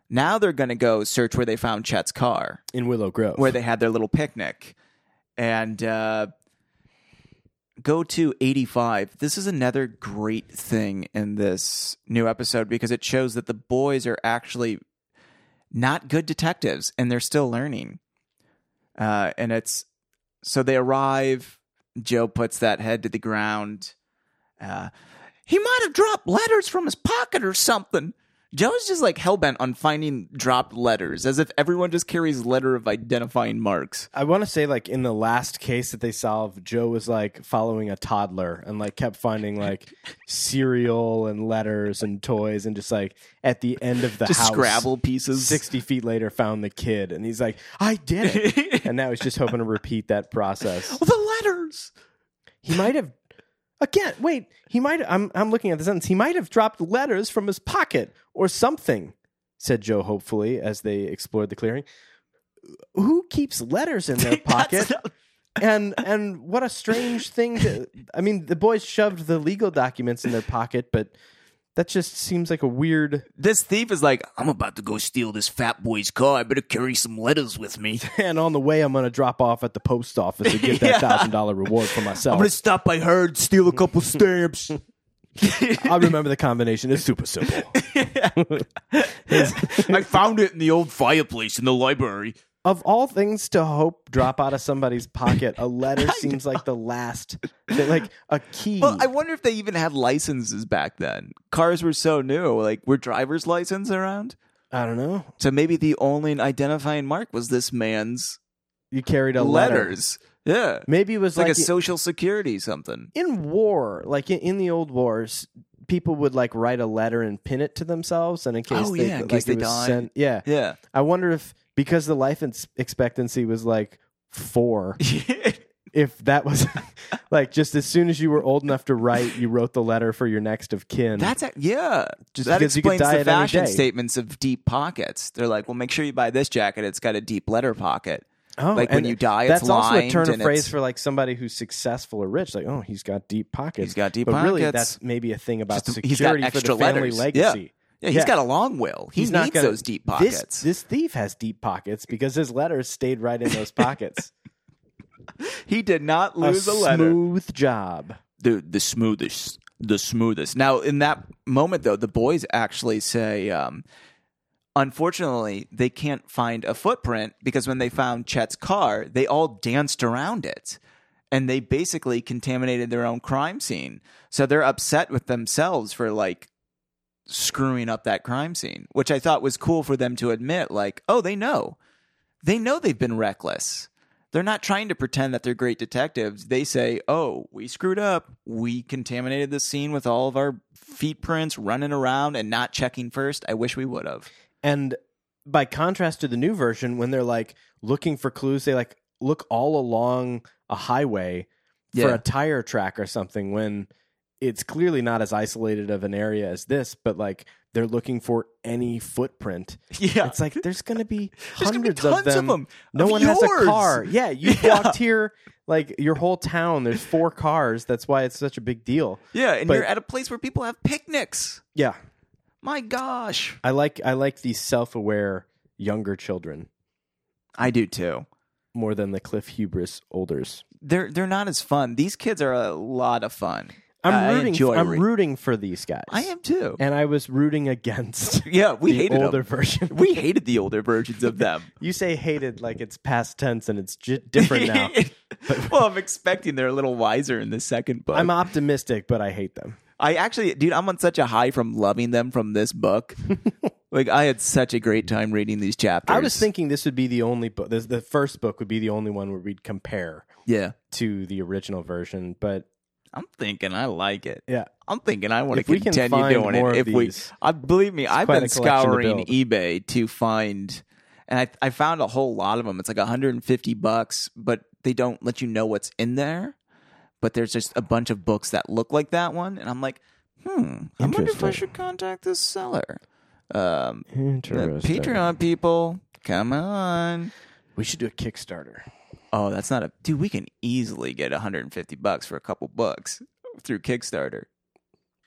Speaker 2: Now they're going to go search where they found Chet's car,
Speaker 1: In Willow Grove,
Speaker 2: where they had their little picnic. And uh, go to 85. This is another great thing in this new episode because it shows that the boys are actually not good detectives and they're still learning. Uh, and it's so they arrive. Joe puts that head to the ground. Uh, he might have dropped letters from his pocket or something. Joe is just like hellbent on finding dropped letters, as if everyone just carries letter of identifying marks.
Speaker 1: I want to say like in the last case that they solved, Joe was like following a toddler and like kept finding like cereal and letters and toys and just like at the end of the
Speaker 2: Just
Speaker 1: house,
Speaker 2: Scrabble pieces. *laughs*
Speaker 1: sixty feet later found the kid and he's like, I *laughs* did it, and now he's just hoping to repeat that process.
Speaker 2: Oh, the letters.
Speaker 1: He might have. Again, wait. He might. I'm. I'm looking at the sentence. He might have dropped letters from his pocket or something," said Joe hopefully as they explored the clearing. Who keeps letters in their pocket?
Speaker 2: *laughs* That's not-
Speaker 1: *laughs* and and what a strange thing to i mean the boys shoved the legal documents in their pocket but that just seems like a weird
Speaker 2: this thief is like,
Speaker 3: I'm about to go steal this fat boy's car. I better carry some letters with me.
Speaker 1: and on the way i'm going to drop off at the post office to get
Speaker 2: *laughs*
Speaker 1: that thousand dollar reward for myself
Speaker 3: I'm gonna stop by Herd, steal a couple stamps.
Speaker 1: i remember the combination it's super
Speaker 2: *laughs*
Speaker 1: simple
Speaker 3: I found it in the old fireplace in the library.
Speaker 1: of all things to hope drop out of somebody's pocket a
Speaker 2: *laughs*
Speaker 1: letter seems like the last thing, like a key
Speaker 2: well, I wonder if they even had licenses back then. Cars were so new. Like, were driver's license around?
Speaker 1: I don't know
Speaker 2: So maybe the only identifying mark was this man's
Speaker 1: you carried a letter
Speaker 2: letters. Yeah.
Speaker 1: maybe it was
Speaker 2: It's like,
Speaker 1: like
Speaker 2: a social security something.
Speaker 1: in war, like in, in the old wars, people would like write a letter and pin it to themselves, and in case
Speaker 2: Oh,
Speaker 1: they,
Speaker 2: yeah, in
Speaker 1: like,
Speaker 2: case
Speaker 1: it
Speaker 2: they
Speaker 1: was
Speaker 2: died.
Speaker 1: sent- yeah.
Speaker 2: Yeah.
Speaker 1: I wonder if because the life ex- expectancy was like four, if that was *laughs* like just as soon as you were old enough to write, you wrote the letter for your next of kin.
Speaker 2: *laughs* That's a, yeah.
Speaker 1: Just
Speaker 2: that
Speaker 1: because you could
Speaker 2: explains
Speaker 1: die
Speaker 2: the
Speaker 1: at any
Speaker 2: fashion
Speaker 1: day.
Speaker 2: statements of deep pockets. They're like, well, make sure you buy this jacket. It's got a deep letter pocket.
Speaker 1: oh,
Speaker 2: like when
Speaker 1: and
Speaker 2: you die, it's
Speaker 1: That's also a
Speaker 2: lined
Speaker 1: turn of
Speaker 2: and
Speaker 1: phrase
Speaker 2: it's-
Speaker 1: for like somebody who's successful or rich. Like, oh, he's got deep pockets.
Speaker 2: He's got deep
Speaker 1: but really,
Speaker 2: pockets.
Speaker 1: that's maybe a thing about
Speaker 2: Just-
Speaker 1: security
Speaker 2: he's got
Speaker 1: for
Speaker 2: extra
Speaker 1: the family
Speaker 2: letters.
Speaker 1: legacy.
Speaker 2: Yeah, he's
Speaker 1: Yeah.
Speaker 2: got a long will. He
Speaker 1: he's
Speaker 2: needs
Speaker 1: not gonna,
Speaker 2: those deep
Speaker 1: this-
Speaker 2: pockets.
Speaker 1: This, *laughs* thief has deep pockets because his letters stayed right in
Speaker 2: *laughs*
Speaker 1: those pockets.
Speaker 2: he did not lose a, letter.
Speaker 1: smooth job.
Speaker 2: Dude, the smoothest. The smoothest. Now, in that moment, though, the boys actually say, um, unfortunately, they can't find a footprint because when they found Chet's car, they all danced around it. And they basically contaminated their own crime scene. So they're upset with themselves for like screwing up that crime scene, which I thought was cool for them to admit, like, oh, they know. They know they've been reckless. They're not trying to pretend that they're great detectives. They say, oh, we screwed up. We contaminated the scene with all of our feet prints running around and not checking first. I wish we would have. *laughs*
Speaker 1: And by contrast to the new version, when they're like looking for clues, they like look all along a highway for
Speaker 2: Yeah.
Speaker 1: a tire track or something when it's clearly not as isolated of an area as this, but like they're looking for any footprint.
Speaker 2: Yeah.
Speaker 1: It's like there's going to be
Speaker 2: *laughs* There's gonna be
Speaker 1: hundreds
Speaker 2: tons of them.
Speaker 1: No
Speaker 2: Of
Speaker 1: one has a
Speaker 2: yours.
Speaker 1: car.
Speaker 2: *laughs*
Speaker 1: Yeah, you
Speaker 2: Yeah.
Speaker 1: walked here like your whole town. There's four cars. That's why it's such a big deal.
Speaker 2: Yeah, and
Speaker 1: But-
Speaker 2: you're at a place where people have picnics.
Speaker 1: Yeah,
Speaker 2: My gosh.
Speaker 1: I like I like these self-aware younger children
Speaker 2: I do too.
Speaker 1: more than the Cliff Hubris olders.
Speaker 2: They're they're not as fun. These kids are a lot of fun. I
Speaker 1: I'm rooting.
Speaker 2: enjoy
Speaker 1: I'm
Speaker 2: re-
Speaker 1: rooting for these guys.
Speaker 2: I am too.
Speaker 1: and I was rooting *laughs* against
Speaker 2: yeah, we
Speaker 1: the
Speaker 2: hated
Speaker 1: older
Speaker 2: them.
Speaker 1: version.
Speaker 2: We hated the older versions
Speaker 1: *laughs*
Speaker 2: of them.
Speaker 1: You say hated like it's past tense and it's j- different now.
Speaker 2: *laughs* well, I'm expecting they're a little wiser in the second
Speaker 1: *laughs*
Speaker 2: book.
Speaker 1: I'm optimistic, but I hate them.
Speaker 2: I actually, dude, I'm on such a high from loving them from
Speaker 1: *laughs*
Speaker 2: this book. like, I had such a great time reading these chapters.
Speaker 1: I was thinking this would be the only book. This, the first book would be the only one where we'd compare
Speaker 2: yeah,
Speaker 1: to the original version, but
Speaker 2: I'm thinking I like it.
Speaker 1: yeah,
Speaker 2: I'm thinking I want to
Speaker 1: If we can
Speaker 2: continue
Speaker 1: find
Speaker 2: doing
Speaker 1: more of
Speaker 2: it. If we,
Speaker 1: these,
Speaker 2: I believe me, I've
Speaker 1: quite
Speaker 2: been
Speaker 1: a collection to
Speaker 2: scouring
Speaker 1: build.
Speaker 2: eBay to find, and I I found a whole lot of them. It's like 150 bucks, but they don't let you know what's in there. But there's just a bunch of books that look like that one, and I'm like, hmm, I wonder if I
Speaker 1: Interesting.
Speaker 2: should contact this seller. Um, the
Speaker 1: interesting.
Speaker 2: Patreon people, come on.
Speaker 1: We should do a Kickstarter.
Speaker 2: Oh, that's not a dude. We can easily get 150 bucks for a couple bucks through Kickstarter.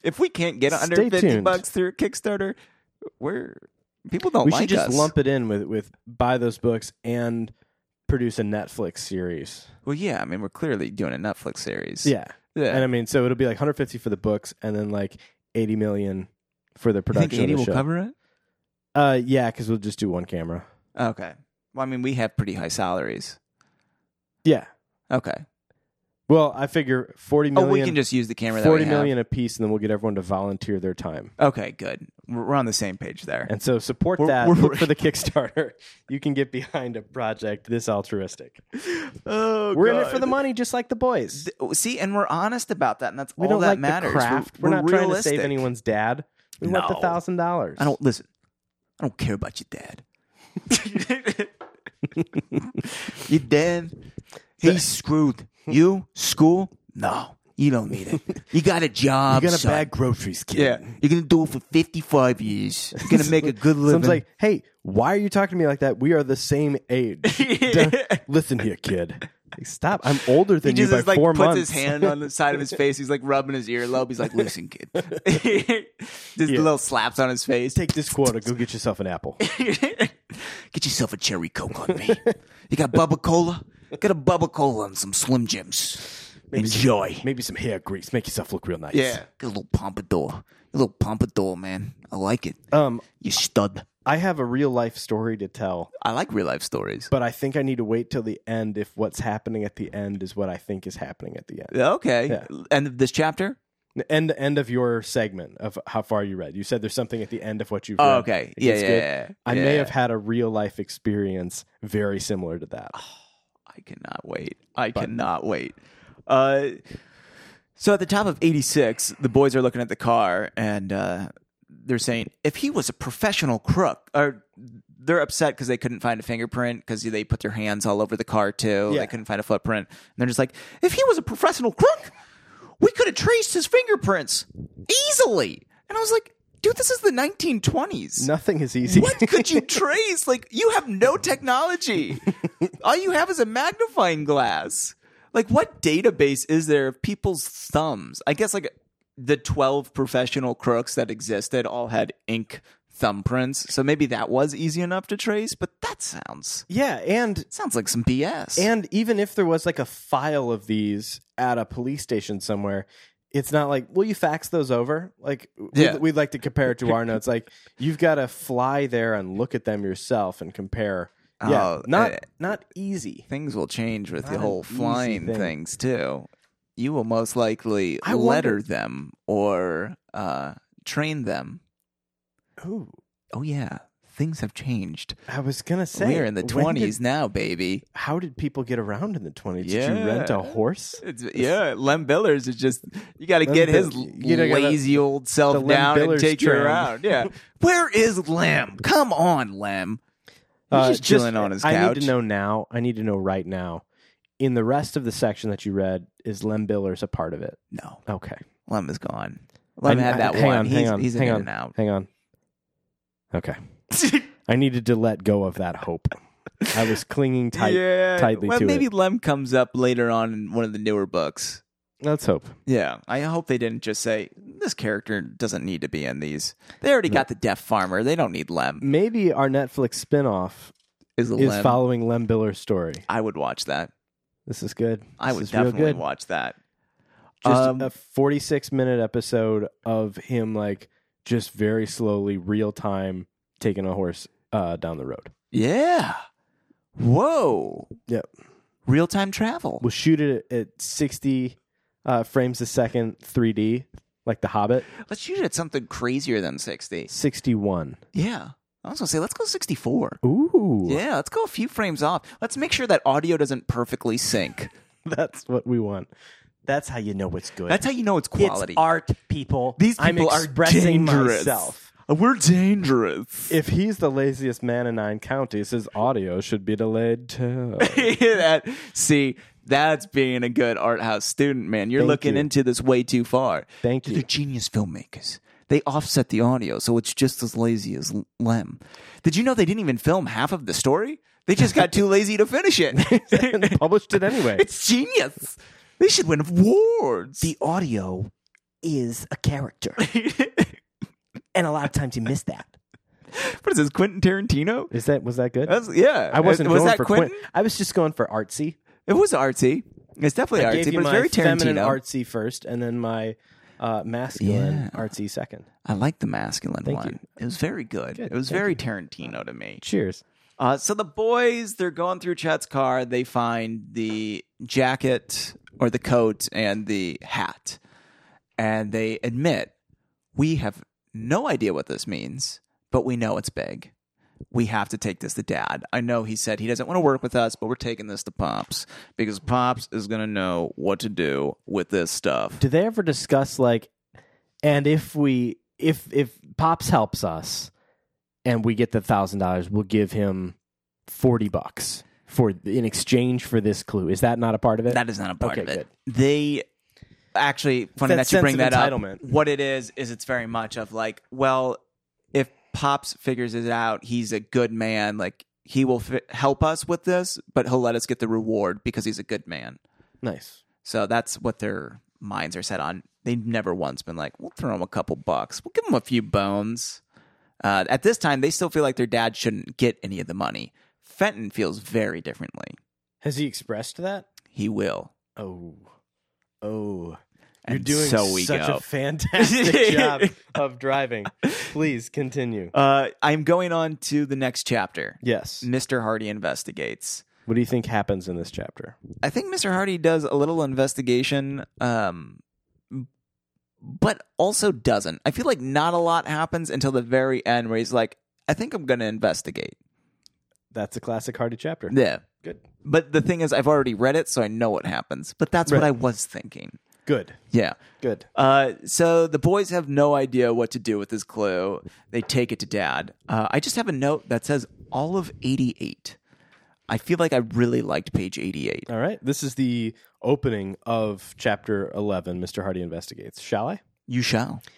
Speaker 2: If we can't get
Speaker 1: Stay
Speaker 2: 150
Speaker 1: tuned.
Speaker 2: bucks through Kickstarter, we're people don't
Speaker 1: we
Speaker 2: like
Speaker 1: should just
Speaker 2: us.
Speaker 1: lump it in with with buy those books and produce a Netflix series.
Speaker 2: well, yeah, I mean, we're clearly doing a Netflix series.
Speaker 1: Yeah,
Speaker 2: yeah.
Speaker 1: and I mean, so it'll be like 150 for the books, and then like 80 million for the
Speaker 2: You think
Speaker 1: production.
Speaker 2: 80
Speaker 1: of the
Speaker 2: will
Speaker 1: show.
Speaker 2: cover it.
Speaker 1: Uh, yeah, because we'll just do one camera.
Speaker 2: Okay. Well, I mean, we have pretty high salaries.
Speaker 1: Yeah.
Speaker 2: Okay.
Speaker 1: Well, I figure forty million.
Speaker 2: oh, we can just use the camera. That
Speaker 1: forty
Speaker 2: we have.
Speaker 1: million a piece, and then we'll get everyone to volunteer their time.
Speaker 2: Okay, good. We're we're on the same page there.
Speaker 1: And so support
Speaker 2: We're-
Speaker 1: that
Speaker 2: we're-
Speaker 1: Look for the Kickstarter. You can get behind a project this altruistic.
Speaker 2: oh,
Speaker 1: We're in it for the money, just like the boys.
Speaker 2: money. Oh, See, and we're honest about that, and that's
Speaker 1: We
Speaker 2: all
Speaker 1: don't
Speaker 2: that
Speaker 1: like
Speaker 2: matters.
Speaker 1: the craft. We're, not
Speaker 2: realistic.
Speaker 1: trying to save anyone's dad. We want the
Speaker 2: No.
Speaker 1: thousand dollars.
Speaker 2: I don't listen. I don't care about your dad. *laughs* your dad, he's screwed. You school? No, you don't need it. You
Speaker 1: *laughs*
Speaker 2: got a job. son.
Speaker 1: groceries, kid.
Speaker 2: Yeah,
Speaker 3: You're gonna do it for 55 years. You're gonna make a good living.
Speaker 1: *laughs* Someone's like, "Hey, why are you talking to me like that? We are the same age."
Speaker 2: *laughs*
Speaker 1: Don't- Listen here, kid. Like, Stop. I'm older
Speaker 2: he
Speaker 1: than you
Speaker 2: just
Speaker 1: by
Speaker 2: is, like
Speaker 1: four
Speaker 2: puts
Speaker 1: months.
Speaker 2: his hand on the side of his face. He's like rubbing his earlobe. He's like, "Listen, kid." *laughs* just little slaps on his face.
Speaker 1: Take this quota. Go get yourself an
Speaker 2: *laughs*
Speaker 1: apple.
Speaker 3: *laughs* Get yourself a cherry coke on me. you got Bubba Cola? Get a Bubba Cola and some Slim Jims. Enjoy.
Speaker 1: Maybe some hair grease. Make yourself look real nice.
Speaker 2: Yeah.
Speaker 3: Get a little pompadour. A little pompadour, man. I like it.
Speaker 2: Uh,
Speaker 1: Um,
Speaker 3: You stud.
Speaker 1: I have a real life story to tell,
Speaker 2: I like real life stories.
Speaker 1: but I think I need to wait till the end if what's happening at the end is what I think is happening at the end.
Speaker 2: Okay.
Speaker 1: Yeah.
Speaker 2: End of this chapter?
Speaker 1: End end of your segment of how far you read. You said there's something at the end of what you've read.
Speaker 2: Oh, okay.
Speaker 1: It
Speaker 2: Yeah,
Speaker 1: gets
Speaker 2: yeah,
Speaker 1: good.
Speaker 2: yeah,
Speaker 1: I may
Speaker 2: yeah.
Speaker 1: have had a real life experience very similar to that.
Speaker 2: I cannot wait. I cannot wait. Uh, so at the top of 86, the boys are looking at the car and uh, they're saying, if he was a professional crook, or they're upset because they couldn't find a fingerprint because they put their hands all over the car too.
Speaker 1: Yeah.
Speaker 2: They couldn't find a footprint. And they're just like, if he was a professional crook, we could have traced his fingerprints easily. And I was like, dude, this is the 1920s.
Speaker 1: Nothing is *laughs* easy.
Speaker 2: What could you trace? Like you have no technology. All you have is a magnifying glass. Like what database is there of people's thumbs? I guess like the 12 professional crooks that existed all had ink thumbprints. So maybe that was easy enough to trace, but that sounds
Speaker 1: yeah, and
Speaker 2: sounds like some BS.
Speaker 1: And even if there was like a file of these at a police station somewhere, it's not like, will you fax those over? Like,
Speaker 2: Yeah.
Speaker 1: we'd, we'd like to compare it to
Speaker 2: *laughs*
Speaker 1: our notes. Like, you've got to fly there and look at them yourself and compare. Yeah,
Speaker 2: Oh,
Speaker 1: not
Speaker 2: eh.
Speaker 1: not easy.
Speaker 2: things will change with
Speaker 1: Not
Speaker 2: the
Speaker 1: an
Speaker 2: whole
Speaker 1: easy
Speaker 2: flying
Speaker 1: thing.
Speaker 2: things too. You will most likely
Speaker 1: I
Speaker 2: letter
Speaker 1: wonder-
Speaker 2: them or uh, train them.
Speaker 1: Ooh,
Speaker 2: Oh yeah, things have changed.
Speaker 1: I was gonna say
Speaker 2: We're in the
Speaker 1: when did-
Speaker 2: twenties now, baby.
Speaker 1: how did people get around in the twenties? Did you rent a
Speaker 2: Yeah.
Speaker 1: horse?
Speaker 2: It's, yeah, Lem Billers is just you got to
Speaker 1: Lem
Speaker 2: get his
Speaker 1: Bill- you gotta-
Speaker 2: lazy old
Speaker 1: the
Speaker 2: self
Speaker 1: Lem
Speaker 2: down and
Speaker 1: Billers
Speaker 2: take you
Speaker 1: trend. *laughs*
Speaker 2: around. Yeah, where is Lem? Come on, Lem. He's
Speaker 1: Uh,
Speaker 2: just chilling on his couch.
Speaker 1: I need to know now. I need to know right now. In the rest of the section that you read, is Lem Billers a part of it?
Speaker 2: No,
Speaker 1: Okay.
Speaker 2: Lem is gone. Lem
Speaker 1: I-
Speaker 2: had that
Speaker 1: I- hang
Speaker 2: one.
Speaker 1: On,
Speaker 2: he's
Speaker 1: hang on,
Speaker 2: he's
Speaker 1: hang
Speaker 2: in
Speaker 1: on, *laughs*
Speaker 2: and out.
Speaker 1: Hang on. Okay. I needed to let go of that hope. I was
Speaker 2: *laughs*
Speaker 1: clinging tight.
Speaker 2: yeah.
Speaker 1: tightly
Speaker 2: well,
Speaker 1: to
Speaker 2: maybe
Speaker 1: it.
Speaker 2: Lem comes up later on in one of the newer books.
Speaker 1: Let's hope.
Speaker 2: Yeah, I hope they didn't just say this character doesn't need to be in these. They already got the deaf farmer. They don't need Lem.
Speaker 1: Maybe our Netflix spinoff
Speaker 2: Is
Speaker 1: is
Speaker 2: Lem?
Speaker 1: following Lem Biller's story.
Speaker 2: I would watch that.
Speaker 1: This is good.
Speaker 2: I
Speaker 1: This
Speaker 2: would
Speaker 1: is real
Speaker 2: definitely
Speaker 1: good.
Speaker 2: watch that.
Speaker 1: Just
Speaker 2: Um,
Speaker 1: a 46 minute episode of him, like, just very slowly, real time, taking a horse uh, down the road.
Speaker 2: Yeah. Whoa.
Speaker 1: Yep.
Speaker 2: Real time travel.
Speaker 1: We'll shoot it at 60 uh, frames a second 3D, like The Hobbit.
Speaker 2: Let's shoot it at something crazier than sixty.
Speaker 1: 61.
Speaker 2: Yeah. I was gonna say let's go sixty four.
Speaker 1: Ooh.
Speaker 2: Yeah, let's go a few frames off. Let's make sure that audio doesn't perfectly sync.
Speaker 1: *laughs* That's what we want. That's how you know it's good.
Speaker 2: That's how you know it's quality.
Speaker 1: art, people.
Speaker 2: These
Speaker 1: I'm
Speaker 2: people are
Speaker 1: expressing
Speaker 2: dangerous. Uh,
Speaker 1: myself.
Speaker 2: We're dangerous.
Speaker 1: If he's the laziest man in nine counties, his audio should be delayed
Speaker 2: *laughs*
Speaker 1: too.
Speaker 2: that see that's being a good art house student man you're
Speaker 1: Thank
Speaker 2: looking
Speaker 1: you.
Speaker 2: into this way too far
Speaker 1: Thank
Speaker 2: They're *laughs*
Speaker 1: you.
Speaker 2: genius filmmakers they offset the audio so it's just as lazy as L- lem did you know they didn't even film half of the story they just got too lazy to
Speaker 1: *laughs*
Speaker 2: finish it
Speaker 1: Published it anyway.
Speaker 2: it's genius they should win awards *laughs*
Speaker 3: The audio is a character. and a lot of times you miss that.
Speaker 2: what is this quentin tarantino
Speaker 1: Is that was that good?
Speaker 2: That's- yeah
Speaker 1: I wasn't
Speaker 2: Uh, was
Speaker 1: going
Speaker 2: that
Speaker 1: for
Speaker 2: quentin
Speaker 1: Quin- I was just going for artsy.
Speaker 2: it was artsy it's definitely
Speaker 1: I gave
Speaker 2: artsy but
Speaker 1: you
Speaker 2: it's
Speaker 1: my
Speaker 2: very
Speaker 1: feminine
Speaker 2: tarantino
Speaker 1: artsy first, and then my uh, masculine
Speaker 2: Yeah.
Speaker 1: artsy second.
Speaker 2: i like the masculine
Speaker 1: Thank
Speaker 2: one
Speaker 1: you.
Speaker 2: it was very good, it was very tarantino to me
Speaker 1: Cheers.
Speaker 2: Uh, so the boys, they're going through Chet's car. They find the jacket or the coat and the hat. And they admit, we have no idea what this means, but we know it's big. We have to take this to dad. I know he said he doesn't want to work with us, but we're taking this to Pops because Pops is going to know what to do with this stuff.
Speaker 1: Do they ever discuss like, and if we if if Pops helps us, and we get the thousand dollars, we'll give him forty bucks for in exchange for this clue. Is that not a part of it?
Speaker 2: That is not a part
Speaker 1: Okay,
Speaker 2: of it. They actually funny
Speaker 1: that
Speaker 2: that, you
Speaker 1: sense
Speaker 2: bring
Speaker 1: of
Speaker 2: that up.
Speaker 1: entitlement.
Speaker 2: What it is is it's very much of like, well, if Pops figures it out, he's a good man. Like he will fi- help us with this, but he'll let us get the reward because he's a good man.
Speaker 1: nice.
Speaker 2: So that's what their minds are set on. They've never once been like, we'll throw him a couple bucks, we'll give him a few bones. Uh, at this time, they still feel like their dad shouldn't get any of the money. Fenton feels very differently.
Speaker 1: Has he expressed that?
Speaker 2: He will.
Speaker 1: Oh, oh.
Speaker 2: And
Speaker 1: You're doing
Speaker 2: so we
Speaker 1: such
Speaker 2: go.
Speaker 1: a
Speaker 2: *laughs*
Speaker 1: fantastic job of driving. Please continue.
Speaker 2: Uh, I'm going on to the next chapter.
Speaker 1: Yes.
Speaker 2: Mr. Hardy investigates.
Speaker 1: What do you think happens in this chapter?
Speaker 2: I think Mr. Hardy does a little investigation, um, but also doesn't. I feel like not a lot happens until the very end where he's like, I think I'm going to investigate.
Speaker 1: That's a classic Hardy chapter.
Speaker 2: Yeah.
Speaker 1: Good.
Speaker 2: But the thing is, I've already read it, so I know what happens. But that's what
Speaker 1: Right.
Speaker 2: I was thinking.
Speaker 1: Good.
Speaker 2: Yeah.
Speaker 1: Good.
Speaker 2: Uh, so the boys have no idea what to do with this clue. They take it to dad. Uh, I just have a note that says all of 88. I feel like I really liked page 88.
Speaker 1: All right. This is the opening of chapter 11, Mr. Hardy Investigates. Shall I?
Speaker 2: You shall.
Speaker 1: *laughs*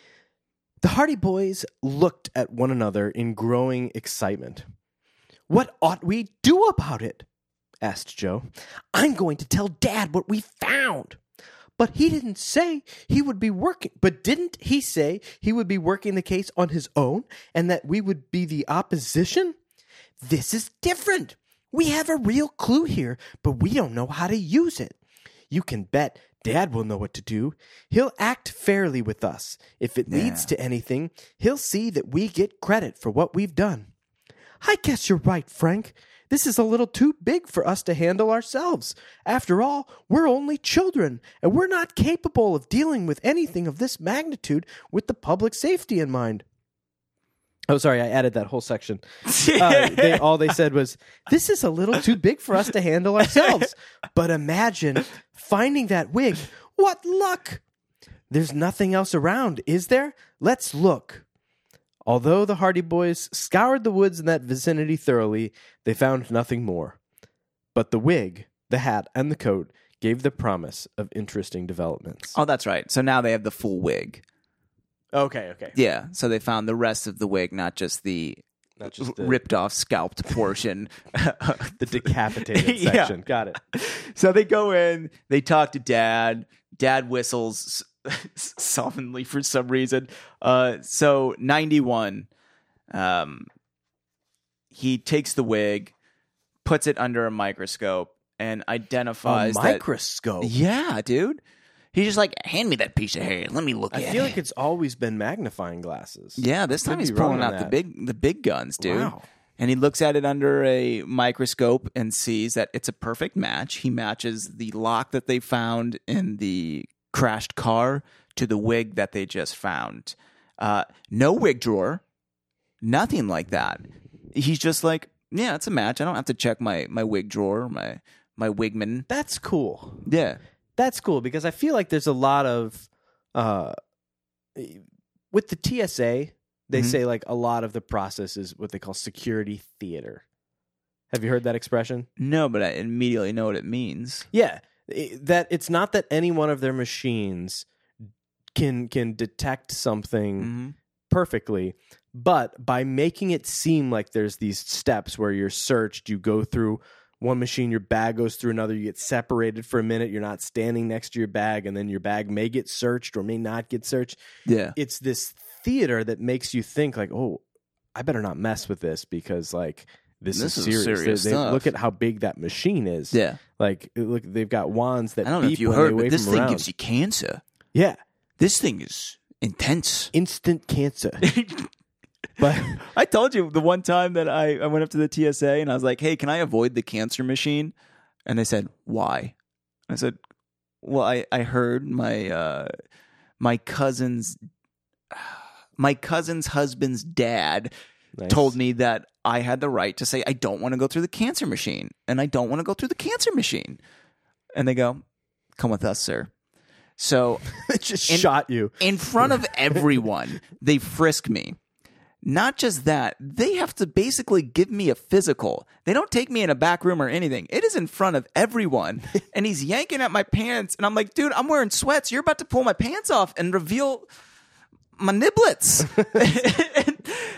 Speaker 1: The Hardy Boys looked at one another in growing excitement. What ought we do about it? asked Joe. I'm going to tell Dad what we found. But he didn't say he would be working. But didn't he say he would be working the case on his own and that we would be the opposition? This is different. We have a real clue here, but we don't know how to use it. You can bet Dad will know what to do. He'll act fairly with us. If it leads to anything, he'll see that we get credit for what we've done. I guess you're right, Frank. This is a little too big for us to handle ourselves. After all, we're only children, and we're not capable of dealing with anything of this magnitude with the public safety in mind. Oh, sorry, I added that whole section. *laughs* Uh, they, all they said was, This is a little too big for us to handle *laughs* ourselves. But imagine finding that wig. What luck! There's nothing else around, is there? Let's look. Although the Hardy Boys scoured the woods in that vicinity thoroughly, they found nothing more. But the wig, the hat, and the coat gave the promise of interesting developments.
Speaker 2: Oh, that's right. So now they have the full wig.
Speaker 1: Okay, okay.
Speaker 2: Yeah. So they found the rest of the wig, not just the
Speaker 1: Not just the,
Speaker 2: ripped off, scalped portion. *laughs*
Speaker 1: *laughs* the decapitated
Speaker 2: Yeah.
Speaker 1: section. Got it.
Speaker 2: so they go in, they talk to dad. Dad whistles *laughs* solemnly for some reason. Uh, so 91, um, he takes the wig, puts it under a microscope, and
Speaker 1: A
Speaker 2: identifies. Uh, that-
Speaker 1: microscope.
Speaker 2: yeah, dude. He's just like, hand me that piece.
Speaker 3: Piece of hair. Let me look
Speaker 1: I
Speaker 3: at
Speaker 1: feel
Speaker 3: it.
Speaker 1: like it's always been magnifying glasses.
Speaker 2: Yeah, this time
Speaker 1: Could
Speaker 2: he's
Speaker 1: be wrong
Speaker 2: pulling
Speaker 1: on
Speaker 2: out the
Speaker 1: that.
Speaker 2: big the big guns, dude.
Speaker 1: Wow.
Speaker 2: And he looks at it under a microscope and sees that it's a perfect match. He matches the lock that they found in the crashed car to the wig that they just found. Uh, no wig drawer, nothing like that. He's just like, yeah, it's a match. I don't have to check my my wig drawer, my my wigman.
Speaker 1: That's cool.
Speaker 2: Yeah,
Speaker 1: That's cool because I feel like there's a lot of uh e, with the TSA, they
Speaker 2: Mhm.
Speaker 1: say like a lot of the process is what they call security theater. Have you heard that expression?
Speaker 2: no, but I immediately know what it means.
Speaker 1: Yeah, i- that it's not that any one of their machines can can detect something
Speaker 2: hmm
Speaker 1: perfectly, but by making it seem like there's these steps where you're searched, you go through one machine, your bag goes through another, you get separated for a minute, you're not standing next to your bag, and then your bag may get searched or may not get searched.
Speaker 2: Yeah,
Speaker 1: It's this theater that makes you think like, oh, I better not mess with this because like this,
Speaker 2: This
Speaker 1: is,
Speaker 2: is
Speaker 1: serious.
Speaker 2: serious
Speaker 1: They- they-
Speaker 2: stuff.
Speaker 1: look at how big that machine is.
Speaker 2: yeah.
Speaker 1: Like, look, they've got wands that
Speaker 2: I don't know
Speaker 1: beep
Speaker 2: if you
Speaker 1: when they
Speaker 2: heard, but
Speaker 1: wave
Speaker 2: this
Speaker 1: them
Speaker 2: thing
Speaker 1: around.
Speaker 2: gives you cancer.
Speaker 1: yeah,
Speaker 2: This thing is intense.
Speaker 1: instant cancer. but
Speaker 2: *laughs* I told you the one time that I, I went up to the TSA and I was like, hey, can I avoid the cancer machine? And they said, why? I said, well, I I heard my uh my cousin's *sighs* my cousin's husband's dad
Speaker 1: Nice. *laughs*
Speaker 2: told me that I had the right to say I don't want to go through the cancer machine and I don't want to go through the cancer machine. And they go, "Come with us, sir." So,
Speaker 1: it just
Speaker 2: And-
Speaker 1: shot you.
Speaker 2: in front of everyone, they frisk me. Not just that, they have to basically give me a physical. They don't take me in a back room or anything. It is in front of
Speaker 1: *laughs*
Speaker 2: everyone. and he's yanking at my pants and I'm like, "Dude, I'm wearing sweats. You're about to pull my pants off and reveal
Speaker 1: *laughs*
Speaker 2: my niblets. *laughs* and,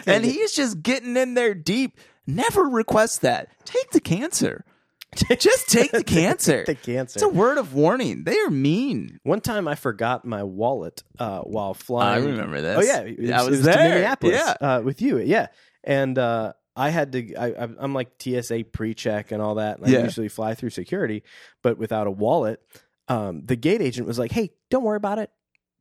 Speaker 2: and he's just getting in there deep. Never request that. Take the cancer.
Speaker 1: *laughs*
Speaker 2: Just take the cancer.
Speaker 1: the cancer.
Speaker 2: It's a word of warning. They are mean.
Speaker 1: One time I forgot my wallet uh, while flying.
Speaker 2: I remember this.
Speaker 1: Oh yeah, it
Speaker 2: I was
Speaker 1: it to
Speaker 2: there.
Speaker 1: Minneapolis
Speaker 2: Yeah.
Speaker 1: uh, with you. Yeah, and uh, I had to. I, I'm- I'm like TSA pre-check and all that. And I
Speaker 2: Yeah.
Speaker 1: usually fly through security, but without a wallet, um, the gate agent was like, "Hey, don't worry about it.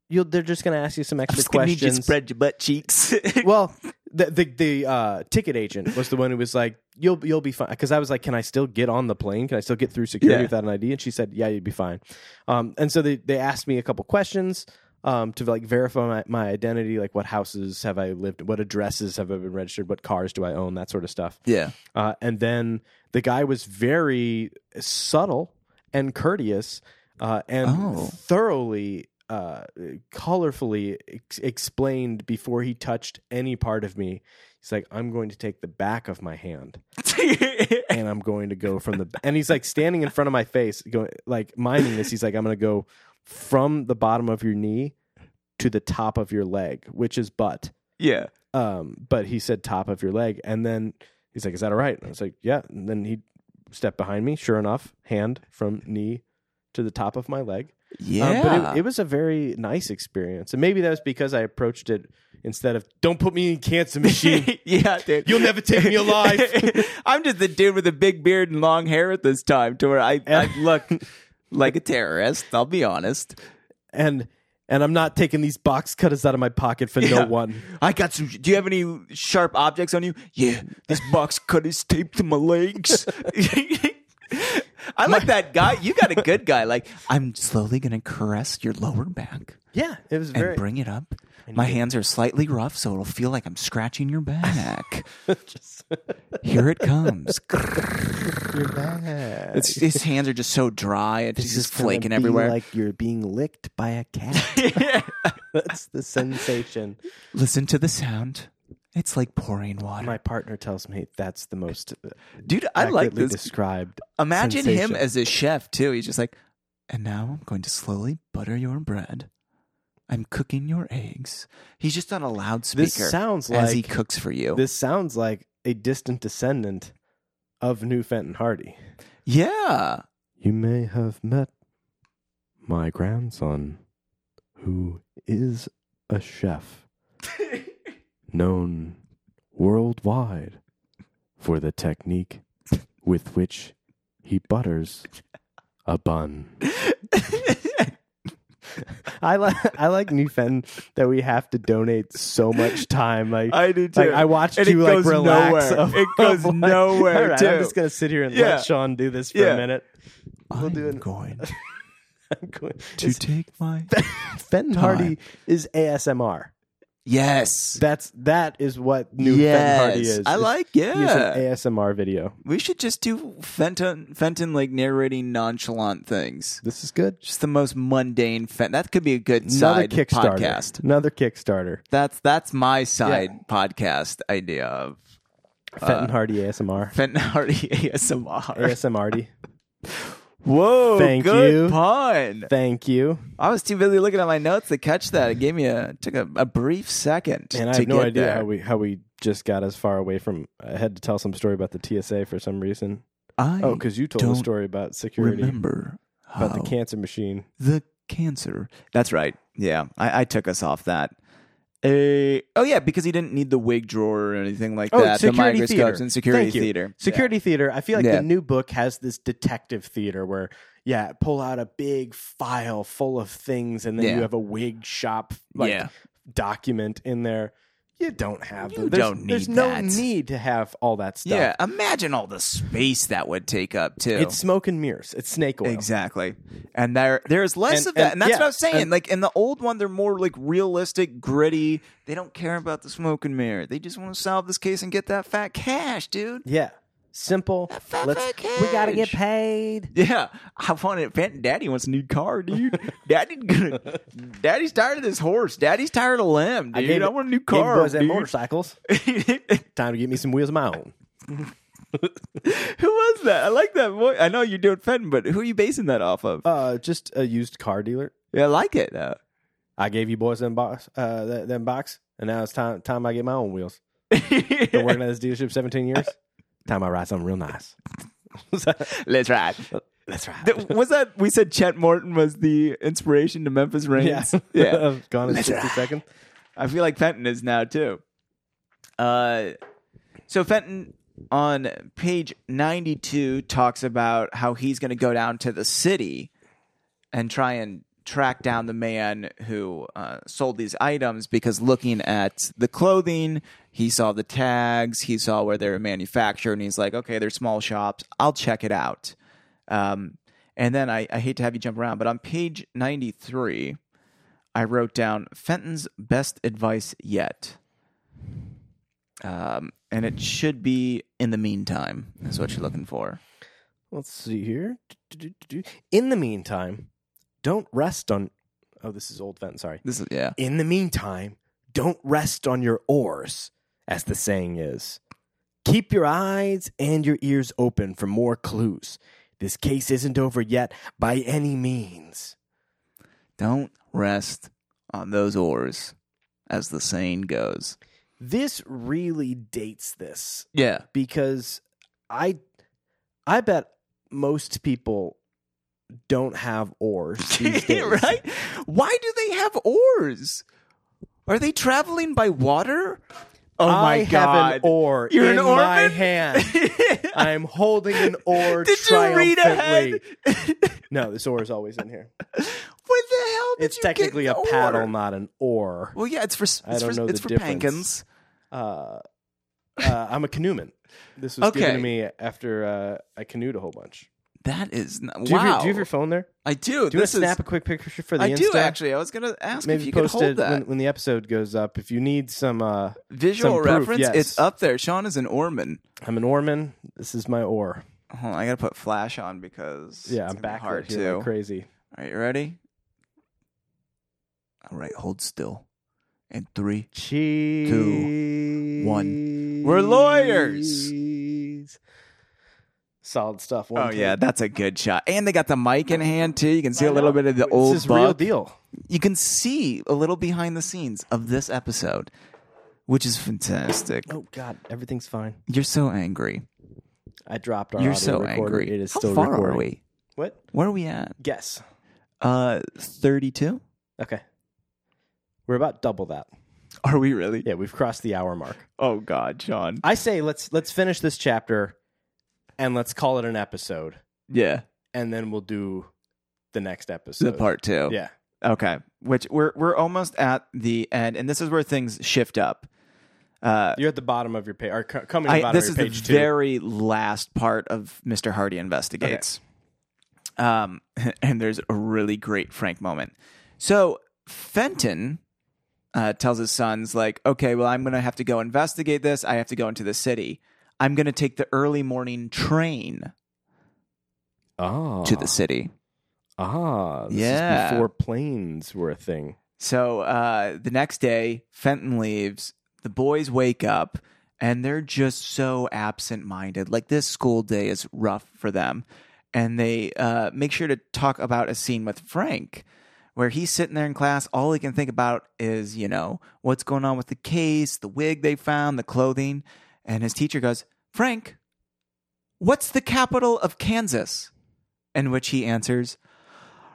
Speaker 1: You'll, they're just going to ask you some extra questions."
Speaker 2: your
Speaker 1: *laughs*
Speaker 2: butt cheeks. *laughs*
Speaker 1: well, the the, the uh, ticket agent was the one who was like, "You'll you'll be fine." Because I was like, "Can I still get on the plane? Can I still get through security
Speaker 2: Yeah.
Speaker 1: without an ID?" And she said, "Yeah, you'd be fine." Um, and so they they asked me a couple questions. Um, to like verify my, my identity, like what houses have I lived, what addresses have I been registered, what cars do I own, that sort of stuff.
Speaker 2: *laughs* yeah.
Speaker 1: Uh, and then the guy was very subtle and courteous uh, and
Speaker 2: Oh.
Speaker 1: thoroughly, uh, colorfully ex- explained before he touched any part of me. He's like, I'm going to take the back of my hand and I'm going to go from the. And he's like standing in front of my face, going, like minding this. He's like, I'm going to go from the bottom of your knee to the top of your leg, which is butt
Speaker 2: yeah.
Speaker 1: um, but he said top of your leg, and then he's like, "Is that all right?" And I was like, "Yeah." And then he stepped behind me. Sure enough, hand from knee to the top of my leg. Um,
Speaker 2: Yeah.
Speaker 1: but it, it was a very nice experience, and maybe that was because I approached it instead of "Don't put me in cancer *laughs* machine."
Speaker 2: yeah, dude.
Speaker 1: You'll never take me *laughs* alive.
Speaker 2: *laughs* I'm just the dude with a big beard and long hair at this time to where I, I look like a terrorist, I'll be honest.
Speaker 1: and and I'm not taking these box cutters out of my pocket for
Speaker 2: Yeah.
Speaker 1: no one.
Speaker 2: I got some. Do you have any sharp objects on you? Yeah, this box cut is taped to my legs. *laughs* I like that guy. You got a good guy. Like, I'm slowly going to caress your lower back.
Speaker 1: Yeah, it was
Speaker 2: and
Speaker 1: very
Speaker 2: bring it up. My hands are slightly rough, so it'll feel like I'm scratching your back.
Speaker 1: *laughs* just
Speaker 2: Here
Speaker 1: *laughs*
Speaker 2: it comes. It's, his hands are just so dry; it's just, flaking everywhere.
Speaker 1: Like you're being licked by a cat. *laughs* That's the sensation.
Speaker 2: Listen to the sound. It's like pouring water,
Speaker 1: My partner tells me that's the most
Speaker 2: dude. I like
Speaker 1: accurately
Speaker 2: this.
Speaker 1: described.
Speaker 2: Imagine him
Speaker 1: sensation.
Speaker 2: as a chef too. He's just like, and now I'm going to slowly butter your bread. I'm cooking your eggs. He's just on a loudspeaker.
Speaker 1: This sounds
Speaker 2: as he
Speaker 1: like
Speaker 2: cooks for you.
Speaker 1: this sounds like a distant descendant of New Fenton Hardy.
Speaker 2: yeah.
Speaker 1: You may have met my grandson, who is a *laughs* chef known worldwide for the technique with which he butters a bun. *laughs* I like I like New Fenton that we have to donate so much time. Like
Speaker 2: I do
Speaker 1: Like, I watched you like relax. *laughs*
Speaker 2: Nowhere.
Speaker 1: of-
Speaker 2: It goes
Speaker 1: of, like,
Speaker 2: nowhere.
Speaker 1: "All right,
Speaker 2: too.
Speaker 1: I'm just gonna sit here and
Speaker 2: Yeah.
Speaker 1: let Sean do this for
Speaker 2: Yeah.
Speaker 1: a minute.
Speaker 2: I'm
Speaker 1: do it.
Speaker 2: going
Speaker 1: *laughs* I'm going-
Speaker 2: to
Speaker 1: It's-
Speaker 2: take my
Speaker 1: Fenton Hardy is ASMR.
Speaker 2: yes,
Speaker 1: That's that is what new
Speaker 2: yes.
Speaker 1: Fenton Hardy is.
Speaker 2: I
Speaker 1: Is
Speaker 2: like
Speaker 1: he is an
Speaker 2: yeah.
Speaker 1: ASMR video.
Speaker 2: we should just do Fenton Fenton like narrating nonchalant things.
Speaker 1: This is good.
Speaker 2: Just the most mundane Fenton. That could be a good
Speaker 1: Another
Speaker 2: side
Speaker 1: Kickstarter.
Speaker 2: podcast.
Speaker 1: Another Kickstarter.
Speaker 2: That's that's my side podcast idea of Uh,
Speaker 1: Fenton Hardy
Speaker 2: *laughs*
Speaker 1: ASMR.
Speaker 2: Fenton Hardy ASMR.
Speaker 1: ASMR Hardy.
Speaker 2: Whoa,
Speaker 1: Thank
Speaker 2: good
Speaker 1: you.
Speaker 2: pun.
Speaker 1: Thank you.
Speaker 2: I was too busy looking at my notes to catch that. It gave me a took a, a brief second.
Speaker 1: And I
Speaker 2: to
Speaker 1: have no
Speaker 2: get
Speaker 1: idea
Speaker 2: there.
Speaker 1: how we how we just got as far away from. I had to tell some story about the TSA for some reason.
Speaker 2: I
Speaker 1: Oh, because you told
Speaker 2: don't
Speaker 1: a story about security
Speaker 2: remember Oh. how
Speaker 1: about the cancer machine.
Speaker 2: the cancer. That's right. Yeah, I, I took us off that. Uh, oh yeah, because he didn't need the wig drawer or anything like that. the microscopes and security
Speaker 1: Oh, Thank you.
Speaker 2: theater.
Speaker 1: Security theater. I feel like
Speaker 2: Yeah.
Speaker 1: the new book has this detective theater where, yeah, pull out a big file full of things, and then
Speaker 2: Yeah.
Speaker 1: you have a wig shop like
Speaker 2: Yeah.
Speaker 1: document in there. You don't have
Speaker 2: You
Speaker 1: them. There's,
Speaker 2: don't need
Speaker 1: There's no
Speaker 2: that.
Speaker 1: need to have all that stuff.
Speaker 2: Yeah, imagine all the space that would take up too.
Speaker 1: It's smoke and mirrors. It's snake oil.
Speaker 2: Exactly, and there there is less
Speaker 1: And-
Speaker 2: of that,
Speaker 1: and-
Speaker 2: and that's
Speaker 1: yeah,
Speaker 2: what I'm saying.
Speaker 1: and-
Speaker 2: like in the old one, they're more like realistic, gritty. They don't care about the smoke and mirror. They just want to solve this case and get that fat cash, dude.
Speaker 1: Yeah. Simple.
Speaker 2: fat
Speaker 1: Let's.
Speaker 2: fat cash.
Speaker 1: We gotta get paid.
Speaker 2: Yeah, I want it. Fat- Daddy wants a new
Speaker 1: *laughs*
Speaker 2: car, dude. Daddy gonna, Daddy's tired of this horse. Daddy's tired of lamb, dude. I,
Speaker 1: gave-
Speaker 2: want a new
Speaker 1: Gave
Speaker 2: car,
Speaker 1: boys that
Speaker 2: dude.
Speaker 1: motorcycles. Time to get me some wheels of my own.
Speaker 2: *laughs* who was that? I like that voice. I know you're doing Fenton, but who are you basing that off of?
Speaker 1: Uh, just a used car dealer.
Speaker 2: Yeah, I like it. though.
Speaker 1: I gave you boys them box, uh, that, them box, and now it's time time I get my own wheels. Been working at this dealership 17
Speaker 2: *laughs*
Speaker 1: years. Time I ride something real nice.
Speaker 2: Let's ride.
Speaker 1: That's right.
Speaker 2: Th- was that we said Chet Morton was the inspiration to
Speaker 1: *laughs*
Speaker 2: Memphis
Speaker 1: Yeah. *laughs*
Speaker 2: Reigns?
Speaker 1: I've gone in
Speaker 2: Let's
Speaker 1: 60
Speaker 2: ride.
Speaker 1: seconds.
Speaker 2: I feel like Fenton is now too. Uh, so Fenton on page 92 talks about how he's going to go down to the city and try and track down the man who uh, sold these items because looking at the clothing, he saw the tags, he saw where they were manufactured, and he's like, okay, they're small shops. I'll check it out. Um, and then I, I hate to have you jump around, but on page 93, I wrote down Fenton's best advice yet. Um, and it should be in the meantime, is what you're looking for.
Speaker 1: Let's see here. In the meantime, don't rest on. Oh, this is old Fenton. Sorry.
Speaker 2: This is, yeah.
Speaker 1: In the meantime, don't rest on your oars, as the saying is. Keep your eyes and your ears open for more clues. This case isn't over yet by any means.
Speaker 2: Don't rest on those oars, as the saying goes.
Speaker 1: This really dates this
Speaker 2: *laughs* Yeah.
Speaker 1: because I I bet most people don't have
Speaker 2: *laughs*
Speaker 1: oars these days.
Speaker 2: right? Why do they have oars? Are they traveling by water? Oh
Speaker 1: I
Speaker 2: my
Speaker 1: have
Speaker 2: god.
Speaker 1: an oar
Speaker 2: You're
Speaker 1: in
Speaker 2: an
Speaker 1: my
Speaker 2: orphan? *laughs*
Speaker 1: hand. I'm holding an oar
Speaker 2: Did you read ahead?
Speaker 1: triumphantly. No, this oar is always in
Speaker 2: *laughs*
Speaker 1: here.
Speaker 2: What the hell? Did
Speaker 1: It's
Speaker 2: you get
Speaker 1: technically
Speaker 2: in
Speaker 1: a
Speaker 2: the
Speaker 1: paddle,
Speaker 2: order?
Speaker 1: not an oar.
Speaker 2: Well, yeah, it's for it's
Speaker 1: I don't
Speaker 2: for
Speaker 1: know
Speaker 2: it's
Speaker 1: the
Speaker 2: for
Speaker 1: difference.
Speaker 2: pankins.
Speaker 1: Uh, uh, I'm a canoeman. This was given
Speaker 2: Okay.
Speaker 1: to me after uh, I canoed a whole bunch.
Speaker 2: That is not,
Speaker 1: Do you,
Speaker 2: wow.
Speaker 1: have your, do you have your phone there?
Speaker 2: I do.
Speaker 1: Do you want
Speaker 2: this
Speaker 1: to snap
Speaker 2: is,
Speaker 1: a quick picture for the
Speaker 2: I do
Speaker 1: Insta?
Speaker 2: actually. I was gonna ask
Speaker 1: Maybe
Speaker 2: if you could
Speaker 1: post
Speaker 2: hold
Speaker 1: it
Speaker 2: that
Speaker 1: when, when the episode goes up. If you need some uh,
Speaker 2: visual
Speaker 1: some proof,
Speaker 2: reference.
Speaker 1: yes.
Speaker 2: It's up there. Sean is an Orman.
Speaker 1: I'm an oarman. This is my oar.
Speaker 2: Hold on, I gotta put flash on because
Speaker 1: Yeah, I'm
Speaker 2: it's gonna be
Speaker 1: back
Speaker 2: hard
Speaker 1: here
Speaker 2: too.
Speaker 1: like crazy.
Speaker 2: All right, you ready? All right, hold still. And three.
Speaker 1: Cheese.
Speaker 2: one. We're lawyers.
Speaker 1: Solid stuff.
Speaker 2: Oh
Speaker 1: One, two.
Speaker 2: yeah, that's a good shot. And they got the mic in hand too. You can see a little bit of the
Speaker 1: This
Speaker 2: old
Speaker 1: is real
Speaker 2: buck.
Speaker 1: deal.
Speaker 2: You can see a little behind the scenes of this episode, which is fantastic.
Speaker 1: Oh God, everything's fine.
Speaker 2: You're so angry.
Speaker 1: I dropped our.
Speaker 2: You're
Speaker 1: audio
Speaker 2: so
Speaker 1: recorder.
Speaker 2: angry.
Speaker 1: It is
Speaker 2: How
Speaker 1: still
Speaker 2: far
Speaker 1: recording.
Speaker 2: are we?
Speaker 1: What?
Speaker 2: Where are we at?
Speaker 1: Guess.
Speaker 2: Uh, thirty-two.
Speaker 1: Okay. We're about double that.
Speaker 2: Are we really?
Speaker 1: Yeah, we've crossed the hour mark.
Speaker 2: Oh God, Sean.
Speaker 1: I say let's let's finish this chapter, and let's call it an episode,
Speaker 2: Yeah,
Speaker 1: and then we'll do the next episode.
Speaker 2: the part two.
Speaker 1: Yeah.
Speaker 2: Okay. Which we're we're almost at the end, and this is where things shift up. Uh,
Speaker 1: You're at the bottom of your page, or co- coming to the
Speaker 2: I,
Speaker 1: bottom
Speaker 2: this
Speaker 1: of
Speaker 2: is
Speaker 1: your
Speaker 2: the
Speaker 1: page two.
Speaker 2: very last part of Mr. Hardy investigates. Um, *laughs* and there's a really great Frank moment. So Fenton uh, tells his sons, like, okay, well, I'm going to have to go investigate this. I have to go into the city. I'm going to take the early morning train
Speaker 1: ah,
Speaker 2: to the city.
Speaker 1: Ah, this
Speaker 2: Yeah.
Speaker 1: is before planes were a thing.
Speaker 2: So uh, the next day, Fenton leaves. The boys wake up and they're just so absent minded. Like this school day is rough for them. And they uh, make sure to talk about a scene with Frank where he's sitting there in class. All he can think about is, you know, what's going on with the case, the wig they found, the clothing. And his teacher goes, Frank, what's the capital of Kansas? In which he answers,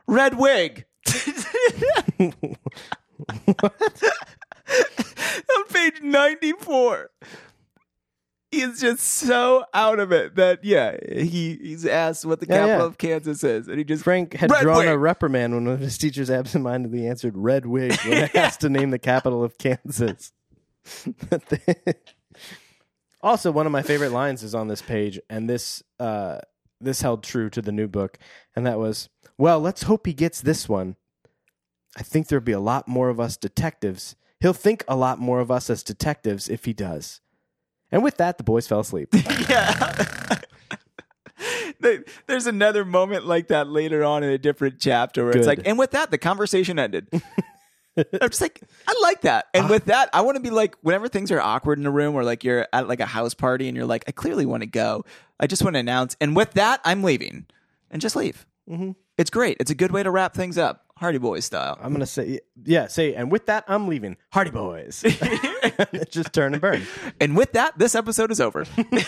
Speaker 2: Red Wig. *laughs* on page 94 he's just so out of it that yeah he he's asked what the
Speaker 1: Yeah,
Speaker 2: capital
Speaker 1: yeah.
Speaker 2: of kansas is and he just
Speaker 1: Frank had
Speaker 2: Red
Speaker 1: drawn a
Speaker 2: wig.
Speaker 1: reprimand
Speaker 2: *laughs*
Speaker 1: when one of his teaches absentmindedly answered "Red Wig" when asked to name the capital of Kansas. that they- also, one of my favorite lines is on this page, and this uh, this held true to the new book, and that was, "Well, let's hope he gets this one. I think there'll be a lot more of us detectives. He'll think a lot more of us as detectives if he does." And with that, the boys fell asleep.
Speaker 2: yeah. They- There's another moment like that later on in a different chapter where it's
Speaker 1: Good.
Speaker 2: like, and with that, the conversation ended. I'm just like, I like that. And with that, I want to be like, whenever things are awkward in a room or like you're at like a house party and you're like, I clearly want to go. I just want to announce. And with that, I'm leaving and just leave. It's great. It's a good way to wrap things up. Hardy Boys style.
Speaker 1: I'm gonna say, yeah, say, and with that, I'm leaving. Hardy boys, *laughs* just turn and burn.
Speaker 2: And with that, this episode is over.
Speaker 1: *laughs*
Speaker 2: *laughs*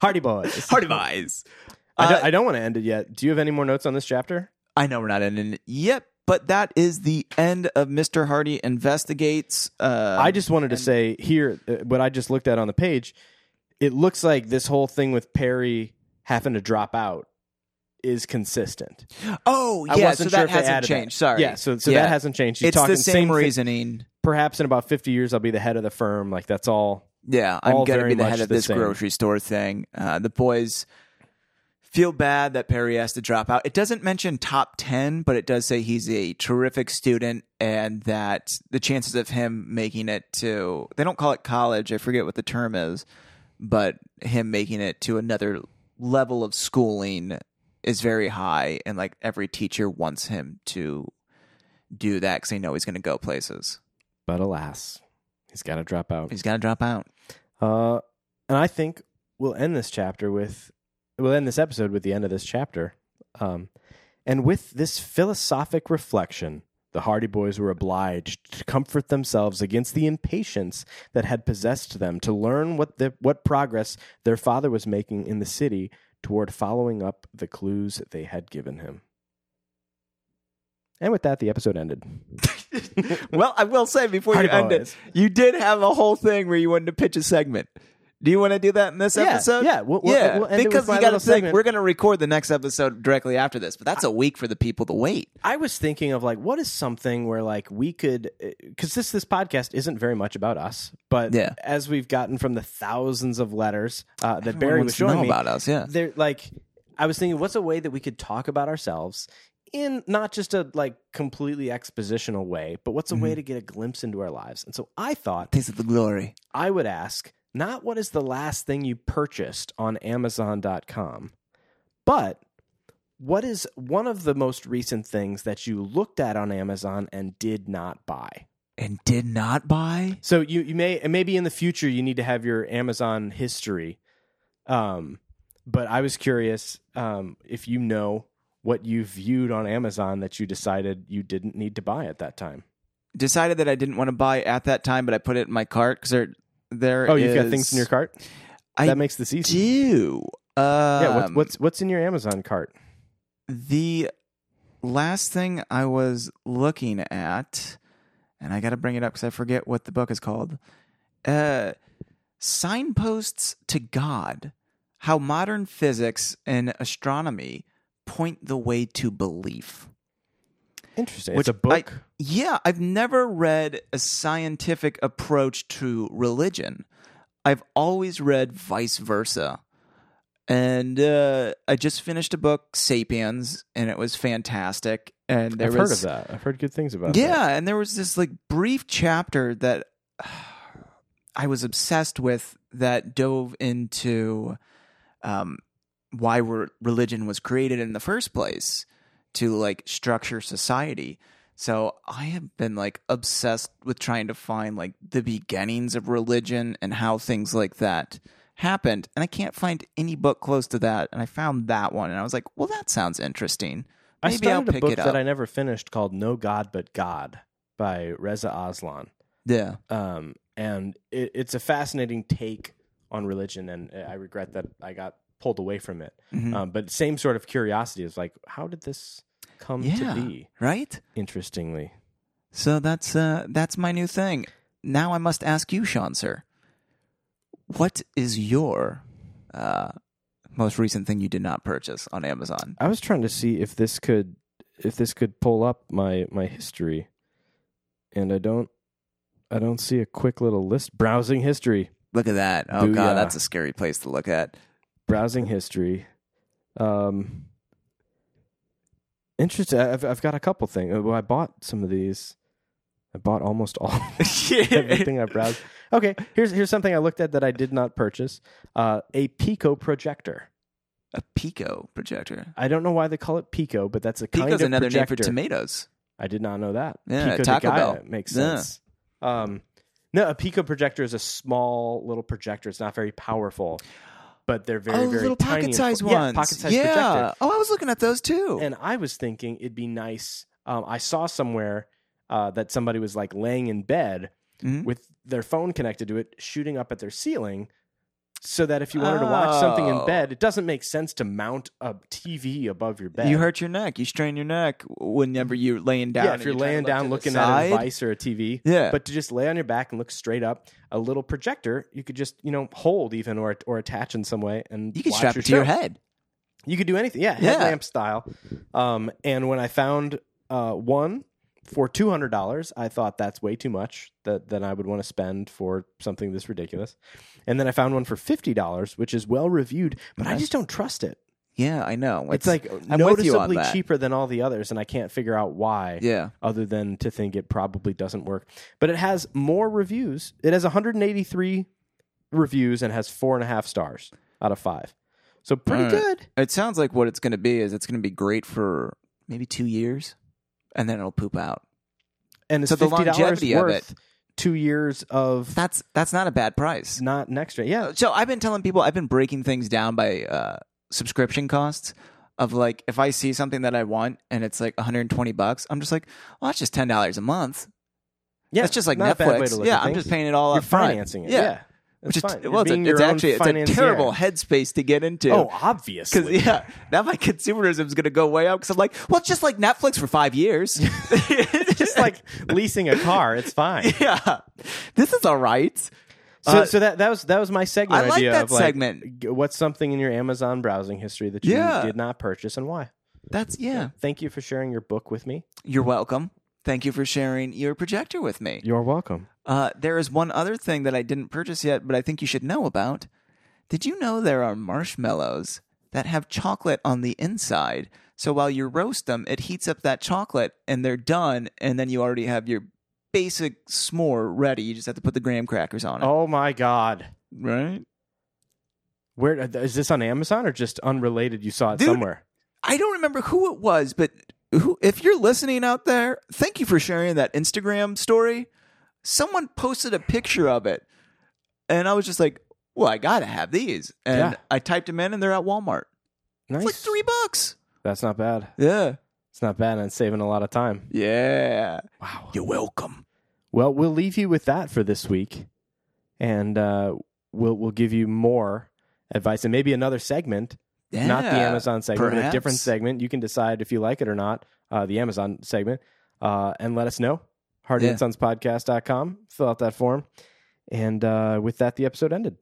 Speaker 1: Hardy boys.
Speaker 2: Hardy Boys.
Speaker 1: I
Speaker 2: Uh,
Speaker 1: don't, I don't want to end it yet. Do you have any more notes on this chapter?
Speaker 2: I know we're not ending it yet, but that is the end of Mr. Hardy Investigates. Uh,
Speaker 1: I just wanted to say here uh, what I just looked at on the page. It looks like this whole thing with Perry having to drop out is consistent.
Speaker 2: oh,
Speaker 1: I
Speaker 2: yeah,
Speaker 1: wasn't
Speaker 2: so
Speaker 1: sure
Speaker 2: that
Speaker 1: if they
Speaker 2: hasn't
Speaker 1: added that.
Speaker 2: changed. Sorry.
Speaker 1: Yeah, so so
Speaker 2: Yeah.
Speaker 1: that hasn't changed. She's
Speaker 2: It's
Speaker 1: talking
Speaker 2: the same,
Speaker 1: thing.
Speaker 2: reasoning.
Speaker 1: Perhaps in about fifty years, I'll be the head of the firm. Like that's all.
Speaker 2: yeah, I'm
Speaker 1: all
Speaker 2: going to
Speaker 1: very
Speaker 2: be the
Speaker 1: much
Speaker 2: head of
Speaker 1: the
Speaker 2: this
Speaker 1: same.
Speaker 2: grocery store thing. Uh, the boys feel bad that Perry has to drop out. It doesn't mention top 10, but it does say he's a terrific student and that the chances of him making it to, they don't call it college, I forget what the term is, but him making it to another level of schooling is very high. And like every teacher wants him to do that because they know he's going to go places.
Speaker 1: But alas, he's got to drop out.
Speaker 2: He's got to drop out.
Speaker 1: Uh, and I think we'll end this chapter with, we'll end this episode with the end of this chapter. Um, and with this philosophic reflection, the Hardy Boys were obliged to comfort themselves against the impatience that had possessed them to learn what the, what progress their father was making in the city toward following up the clues they had given him. And with that, the episode ended.
Speaker 2: Well, I will say before
Speaker 1: Party
Speaker 2: you end
Speaker 1: boys.
Speaker 2: it, you did have a whole thing where you wanted to pitch a segment. Do you want to do that in this
Speaker 1: Yeah,
Speaker 2: episode?
Speaker 1: yeah, we'll- we'll- we'll end it with
Speaker 2: because
Speaker 1: my
Speaker 2: you gotta
Speaker 1: little
Speaker 2: think
Speaker 1: segment.
Speaker 2: we're going to record the next episode directly after this, but that's a week for the people to wait.
Speaker 1: I was thinking of like what is something where like we could because this this podcast isn't very much about us, but
Speaker 2: Yeah.
Speaker 1: as we've gotten from the thousands of letters uh, that
Speaker 2: Everyone
Speaker 1: Barry
Speaker 2: wants
Speaker 1: was
Speaker 2: to
Speaker 1: showing
Speaker 2: know
Speaker 1: me,
Speaker 2: about us. Yeah,
Speaker 1: they're like I was thinking, what's a way that we could talk about ourselves in not just a like completely expositional way, but what's a
Speaker 2: Mm-hmm.
Speaker 1: way to get a glimpse into our lives? And so I thought
Speaker 2: taste of the glory.
Speaker 1: I would ask not what is the last thing you purchased on Amazon.com, but what is one of the most recent things that you looked at on Amazon and did not buy?
Speaker 2: And did not buy.
Speaker 1: So you, you may and maybe in the future you need to have your Amazon history. Um, but I was curious um, if you know what you viewed on Amazon that you decided you didn't need to buy at that time.
Speaker 2: Decided that I didn't want to buy at that time, but I put it in my cart because there, there.
Speaker 1: Oh, you've got
Speaker 2: is-
Speaker 1: things in your cart.
Speaker 2: I
Speaker 1: that makes this easy.
Speaker 2: do.
Speaker 1: yeah, what's,
Speaker 2: Um,
Speaker 1: what's what's in your Amazon cart?
Speaker 2: the last thing I was looking at, and I got to bring it up because I forget what the book is called. Uh, Signposts to God: How Modern Physics and Astronomy Point the Way to Belief.
Speaker 1: Interesting.
Speaker 2: Which
Speaker 1: it's a book.
Speaker 2: I- yeah, I've never read a scientific approach to religion. I've always read vice versa. And uh, I just finished a book, Sapiens, and it was fantastic. And there
Speaker 1: I've
Speaker 2: was
Speaker 1: heard of that. I've heard good things about that.
Speaker 2: yeah, and there was this like brief chapter that *sighs* I was obsessed with that dove into um, why we religion was created in the first place to like structure society. So I have been like obsessed with trying to find like the beginnings of religion and how things like that happened. And I can't find any book close to that. And I found that one and I was like, well, that sounds interesting.
Speaker 1: I
Speaker 2: Maybe I'll
Speaker 1: started
Speaker 2: pick
Speaker 1: a book
Speaker 2: it up.
Speaker 1: that I never finished called No God But God by Reza Aslan.
Speaker 2: yeah.
Speaker 1: Um, and it, it's a fascinating take on religion, and uh, I regret that I got pulled away from it.
Speaker 2: Mhm.
Speaker 1: Um, but same sort of curiosity is like, how did this come to
Speaker 2: Yeah.
Speaker 1: be?
Speaker 2: right?
Speaker 1: Interestingly,
Speaker 2: So that's uh that's my new thing. Now I must ask you, Sean, sir, what is your uh most recent thing you did not purchase on Amazon?
Speaker 1: I was trying to see if this could if this could pull up my my history, and I don't. I don't see a quick little list. Browsing history.
Speaker 2: Look at that. Oh god,
Speaker 1: Booyah.
Speaker 2: that's a scary place to look at.
Speaker 1: Browsing history. Um, interesting. I've, I've got a couple things. Uh, Well, I bought some of these. I bought almost
Speaker 2: *laughs*
Speaker 1: all *laughs* *laughs* everything I browsed. Okay, here's here's something I looked at that I did not purchase. Uh, a Pico projector.
Speaker 2: a pico projector.
Speaker 1: I don't know why they call it Pico, but that's a kind
Speaker 2: Pico's
Speaker 1: of
Speaker 2: another
Speaker 1: projector.
Speaker 2: name for tomatoes.
Speaker 1: I did not know that.
Speaker 2: Yeah,
Speaker 1: Pico de
Speaker 2: Taco
Speaker 1: Gallo.
Speaker 2: Bell.
Speaker 1: It makes
Speaker 2: Yeah.
Speaker 1: sense. Um, no, a Pico projector is a small little projector. It's not very powerful, but they're very,
Speaker 2: oh,
Speaker 1: very
Speaker 2: little
Speaker 1: tiny.
Speaker 2: pocket sized
Speaker 1: and-
Speaker 2: ones.
Speaker 1: Yeah, pocket-sized
Speaker 2: Yeah.
Speaker 1: projector.
Speaker 2: Oh, I was looking at those too.
Speaker 1: And I was thinking it'd be nice. Um, I saw somewhere uh, that somebody was like laying in bed
Speaker 2: Mhm.
Speaker 1: with their phone connected to it, shooting up at their ceiling, so that if you wanted to watch something in
Speaker 2: Oh.
Speaker 1: bed, it doesn't make sense to mount a TV above your bed.
Speaker 2: You hurt your neck. You strain your neck whenever you're laying down.
Speaker 1: Yeah,
Speaker 2: and
Speaker 1: if you're
Speaker 2: trying to
Speaker 1: laying
Speaker 2: look to
Speaker 1: down
Speaker 2: the
Speaker 1: looking at a
Speaker 2: side.
Speaker 1: device or a TV.
Speaker 2: Yeah.
Speaker 1: But to just lay on your back and look straight up, a little projector you could just, you know, hold even or or attach in some way and
Speaker 2: you can
Speaker 1: watch
Speaker 2: strap
Speaker 1: your
Speaker 2: it to your
Speaker 1: show.
Speaker 2: head.
Speaker 1: You could do anything. Yeah,
Speaker 2: Yeah.
Speaker 1: headlamp style. Um, and when I found uh, one for two hundred dollars, I thought that's way too much that that I would want to spend for something this ridiculous. And then I found one for fifty dollars, which is well reviewed, but I
Speaker 2: Nice.
Speaker 1: just don't trust it.
Speaker 2: Yeah, I know.
Speaker 1: It's, like
Speaker 2: I'm
Speaker 1: noticeably
Speaker 2: with you on that.
Speaker 1: cheaper than all the others, and I can't figure out why
Speaker 2: Yeah.
Speaker 1: other than to think it probably doesn't work. But it has more reviews. It has 183 reviews and has four and a half stars out of five. So pretty
Speaker 2: All right.
Speaker 1: good.
Speaker 2: It sounds like what it's going to be is it's going to be great for maybe two years, and then it'll poop out.
Speaker 1: And it's
Speaker 2: So the
Speaker 1: fifty dollars
Speaker 2: longevity of
Speaker 1: worth. Two years of
Speaker 2: That's that's not a bad price.
Speaker 1: not next year. Yeah,
Speaker 2: So I've been telling people I've been breaking things down by uh, subscription costs. Of like, if I see something that I want and it's like 120 bucks, I'm just like, well, that's just ten dollars a month.
Speaker 1: yeah.
Speaker 2: that's just like
Speaker 1: not a
Speaker 2: Netflix.
Speaker 1: bad way to look
Speaker 2: yeah,
Speaker 1: at
Speaker 2: I'm
Speaker 1: things.
Speaker 2: just paying it all
Speaker 1: You're
Speaker 2: up front.
Speaker 1: financing it.
Speaker 2: Yeah,
Speaker 1: Yeah,
Speaker 2: which
Speaker 1: That's
Speaker 2: is
Speaker 1: fine. You're
Speaker 2: well, it's, a-
Speaker 1: being your
Speaker 2: it's
Speaker 1: own
Speaker 2: actually it's a
Speaker 1: financier.
Speaker 2: terrible headspace to get into.
Speaker 1: Oh,
Speaker 2: *laughs* Because
Speaker 1: obviously.
Speaker 2: yeah, now my consumerism is going to go way up. Because I'm like, well, it's just like Netflix for
Speaker 1: *laughs*
Speaker 2: five years. *laughs*
Speaker 1: just like leasing a car, it's fine.
Speaker 2: *laughs* yeah, this is all right.
Speaker 1: So,
Speaker 2: Uh,
Speaker 1: so that that was that was my segment
Speaker 2: I like
Speaker 1: idea
Speaker 2: that
Speaker 1: of like
Speaker 2: segment.
Speaker 1: g- what's something in your Amazon browsing history that you
Speaker 2: Yeah.
Speaker 1: did not purchase and why.
Speaker 2: That's yeah.
Speaker 1: Thank you for sharing your book with me.
Speaker 2: You're welcome. Thank you for sharing your projector with me.
Speaker 1: You're welcome.
Speaker 2: Uh, there is one other thing that I didn't purchase yet, but I think you should know about. Did you know there are marshmallows that have chocolate on the inside? So while you roast them, it heats up that chocolate and they're done, and then you already have your basic s'more ready. You just have to put the graham crackers on it.
Speaker 1: Oh my god.
Speaker 2: Right?
Speaker 1: Where is this on Amazon or just unrelated? You saw it
Speaker 2: Dude.
Speaker 1: somewhere.
Speaker 2: I don't remember who it was, but who, if you're listening out there, thank you for sharing that Instagram story. Someone posted a picture of it, and I was just like, "Well, I gotta have these." And
Speaker 1: Yeah.
Speaker 2: I typed them in, and they're at Walmart.
Speaker 1: Nice.
Speaker 2: It's like three bucks.
Speaker 1: That's not bad.
Speaker 2: Yeah,
Speaker 1: It's not bad and it's saving a lot of time.
Speaker 2: yeah.
Speaker 1: Wow.
Speaker 2: You're welcome.
Speaker 1: Well, we'll leave you with that for this week. And uh, we'll we'll give you more advice and maybe another segment,
Speaker 2: Yeah.
Speaker 1: not the Amazon segment, but a different
Speaker 2: perhaps.
Speaker 1: segment. You can decide if you like it or not, uh, the Amazon segment. Uh, and let us know.
Speaker 2: Yeah.
Speaker 1: HardHitsOnspodcast.com. Fill out that form. And uh, with that, the episode ended.